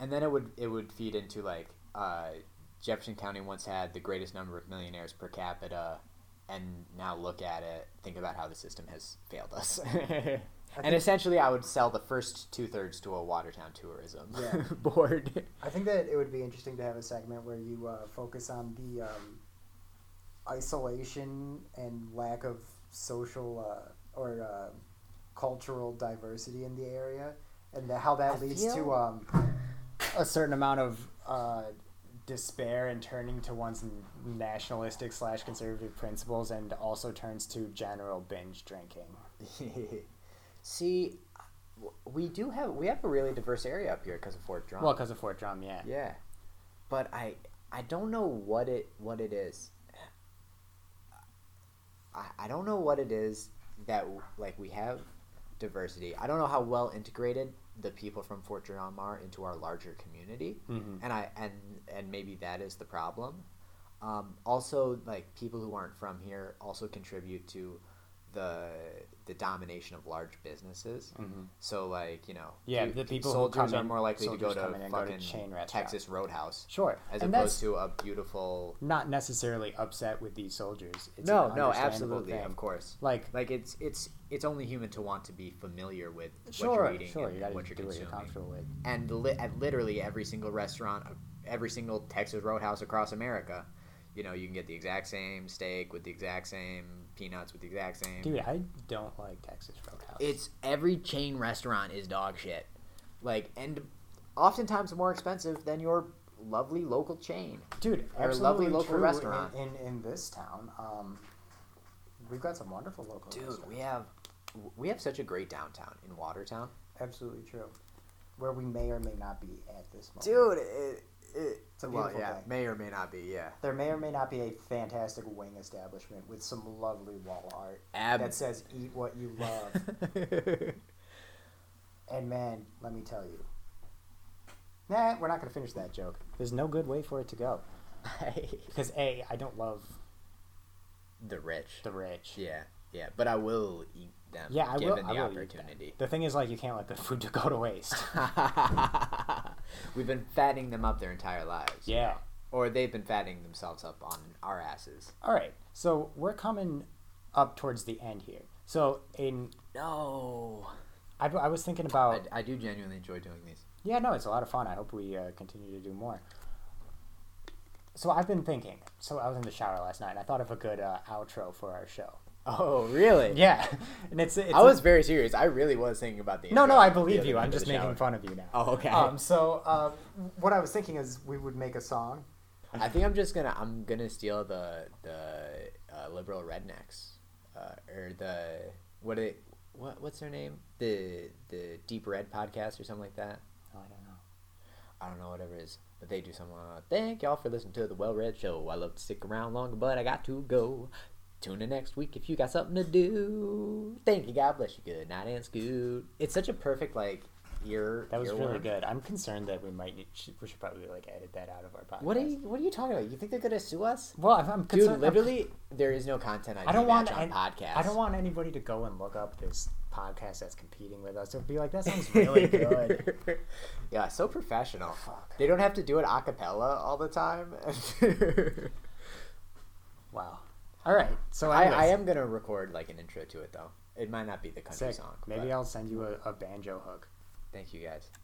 Speaker 1: and then it would it would feed into like uh, Jefferson County once had the greatest number of millionaires per capita, and now look at it. Think about how the system has failed us. and
Speaker 2: think-
Speaker 1: essentially, I would sell the first two thirds to a Watertown tourism
Speaker 2: Yeah.
Speaker 1: board.
Speaker 2: I think that it would be interesting to have a segment where you uh, focus on the um, isolation and lack of social uh, or uh, cultural diversity in the area, and the, how that
Speaker 1: I
Speaker 2: leads
Speaker 1: feel-
Speaker 2: to um, a certain amount of uh, despair and turning to one's nationalistic slash conservative principles, and also turns to general binge drinking.
Speaker 1: See, w- we do have we have a really diverse area up here because of Fort Drum.
Speaker 2: Well, because of Fort Drum, yeah.
Speaker 1: Yeah, but I I don't know what it what it is. I, I don't know what it is that like we have diversity. I don't know how well integrated the people from Fort Jerome are into our larger community,
Speaker 3: Mhm.
Speaker 1: and I and and maybe that is the problem. Um, also, like people who aren't from here also contribute to the the domination of large businesses. So, like you know,
Speaker 3: Mm-hmm. Yeah,
Speaker 1: you-
Speaker 3: the people who
Speaker 1: soldiers
Speaker 3: come
Speaker 1: are
Speaker 3: in-
Speaker 1: more likely to go
Speaker 3: soldiers
Speaker 1: to
Speaker 3: come in and go to
Speaker 1: fucking
Speaker 3: chain restaurants.
Speaker 1: Texas Roadhouse
Speaker 3: Sure.
Speaker 1: as
Speaker 3: and
Speaker 1: opposed
Speaker 3: that's
Speaker 1: to a beautiful.
Speaker 3: not necessarily upset with these soldiers. It's
Speaker 1: no,
Speaker 3: an
Speaker 1: no,
Speaker 3: understandable
Speaker 1: absolutely,
Speaker 3: thing.
Speaker 1: of course.
Speaker 3: Like,
Speaker 1: Like it's it's it's only human to want to be familiar with what you're
Speaker 3: sure,
Speaker 1: eating
Speaker 3: sure,
Speaker 1: and
Speaker 3: you gotta
Speaker 1: what you're
Speaker 3: do what
Speaker 1: consuming.
Speaker 3: you're comfortable with.
Speaker 1: and li- at literally every single restaurant, every single Texas Roadhouse across America, you know, you can get the exact same steak with the exact same peanuts with the exact same.
Speaker 3: Dude, I don't like Texas Roadhouse.
Speaker 1: It's every chain restaurant is dog shit, like and oftentimes more expensive than your lovely local chain.
Speaker 3: Dude,
Speaker 1: Or lovely
Speaker 2: Absolutely
Speaker 1: local
Speaker 2: true in-
Speaker 1: restaurant.
Speaker 2: in, in, this town. Um, we've got some wonderful local
Speaker 1: Dude,
Speaker 2: restaurants.
Speaker 1: we have we have such a great downtown in Watertown.
Speaker 2: Absolutely true. Where we may or may not be at this moment.
Speaker 1: it, it
Speaker 2: It's a
Speaker 1: well,
Speaker 2: beautiful
Speaker 1: yeah,
Speaker 2: thing.
Speaker 1: may or may not be, yeah.
Speaker 2: There may or may not be a fantastic wing establishment with some lovely wall art
Speaker 3: Um,
Speaker 1: Ab-
Speaker 2: that says "Eat what you love." and man, let me tell you. Nah, we're not gonna finish that joke.
Speaker 3: There's no good way for it to go. Because A, I don't love
Speaker 1: the rich.
Speaker 3: the rich.
Speaker 1: Yeah, yeah, but I will eat them.
Speaker 3: Yeah, I will-
Speaker 1: given
Speaker 3: I
Speaker 1: the
Speaker 3: will eat them.
Speaker 1: opportunity.
Speaker 3: The thing is, like, you can't let the food to go to waste.
Speaker 1: We've been fattening them up their entire lives.
Speaker 3: yeah.
Speaker 1: Or they've been fattening themselves up on our asses.
Speaker 3: All right. So we're coming up towards the end here. So in,
Speaker 1: No.
Speaker 3: I, I was thinking about.
Speaker 1: I, I do genuinely enjoy doing these.
Speaker 3: Yeah, no, it's a lot of fun. I hope we uh, continue to do more. So I've been thinking. So I was in the shower last night. and I thought of a good uh, outro for our show.
Speaker 1: Oh, really?
Speaker 3: Yeah, and it's. it's
Speaker 1: I was very serious. I really was thinking about the.
Speaker 3: no,
Speaker 1: intro
Speaker 3: no, I
Speaker 1: at the
Speaker 3: believe
Speaker 1: other
Speaker 3: you.
Speaker 1: end
Speaker 3: I'm
Speaker 1: of the
Speaker 3: just making
Speaker 1: shower.
Speaker 3: fun of you now.
Speaker 1: Oh, okay.
Speaker 2: Um, so uh, what I was thinking is we would make a song.
Speaker 1: I think I'm just gonna I'm gonna steal the the uh, liberal rednecks, uh, or the what are they, what what's their name the the Deep Red podcast or something like that.
Speaker 3: Oh, I don't know.
Speaker 1: I don't know whatever it is, but they do something. Uh, Thank y'all for listening to the Well Read Show. I love to stick around longer, but I got to go. Tune in next week if you got something to do. Thank you. God bless you. Good night and scoot. It's such a perfect like ear.
Speaker 3: That was really
Speaker 1: earworm.
Speaker 3: good. I'm concerned that we might need, should, we should probably like edit that out of our podcast.
Speaker 1: What are you What are you talking about? You think they're gonna sue us?
Speaker 3: Well, I'm, I'm
Speaker 1: Dude,
Speaker 3: concerned. I'm-
Speaker 1: literally, there is no content on
Speaker 3: I don't want
Speaker 1: on
Speaker 3: an-
Speaker 1: podcasts.
Speaker 3: I don't want anybody to go and look up this podcast that's competing with us. It'll be like that sounds really good.
Speaker 1: yeah, so professional.
Speaker 2: Fuck.
Speaker 1: They don't have to do it a cappella all the time.
Speaker 3: Wow. All right. So
Speaker 1: I, I
Speaker 3: anyways.
Speaker 1: am gonna record like an intro to it though. It might not be the country
Speaker 3: Sick.
Speaker 1: song.
Speaker 3: Maybe
Speaker 1: but
Speaker 3: I'll send you a, a banjo hook.
Speaker 1: Thank you guys.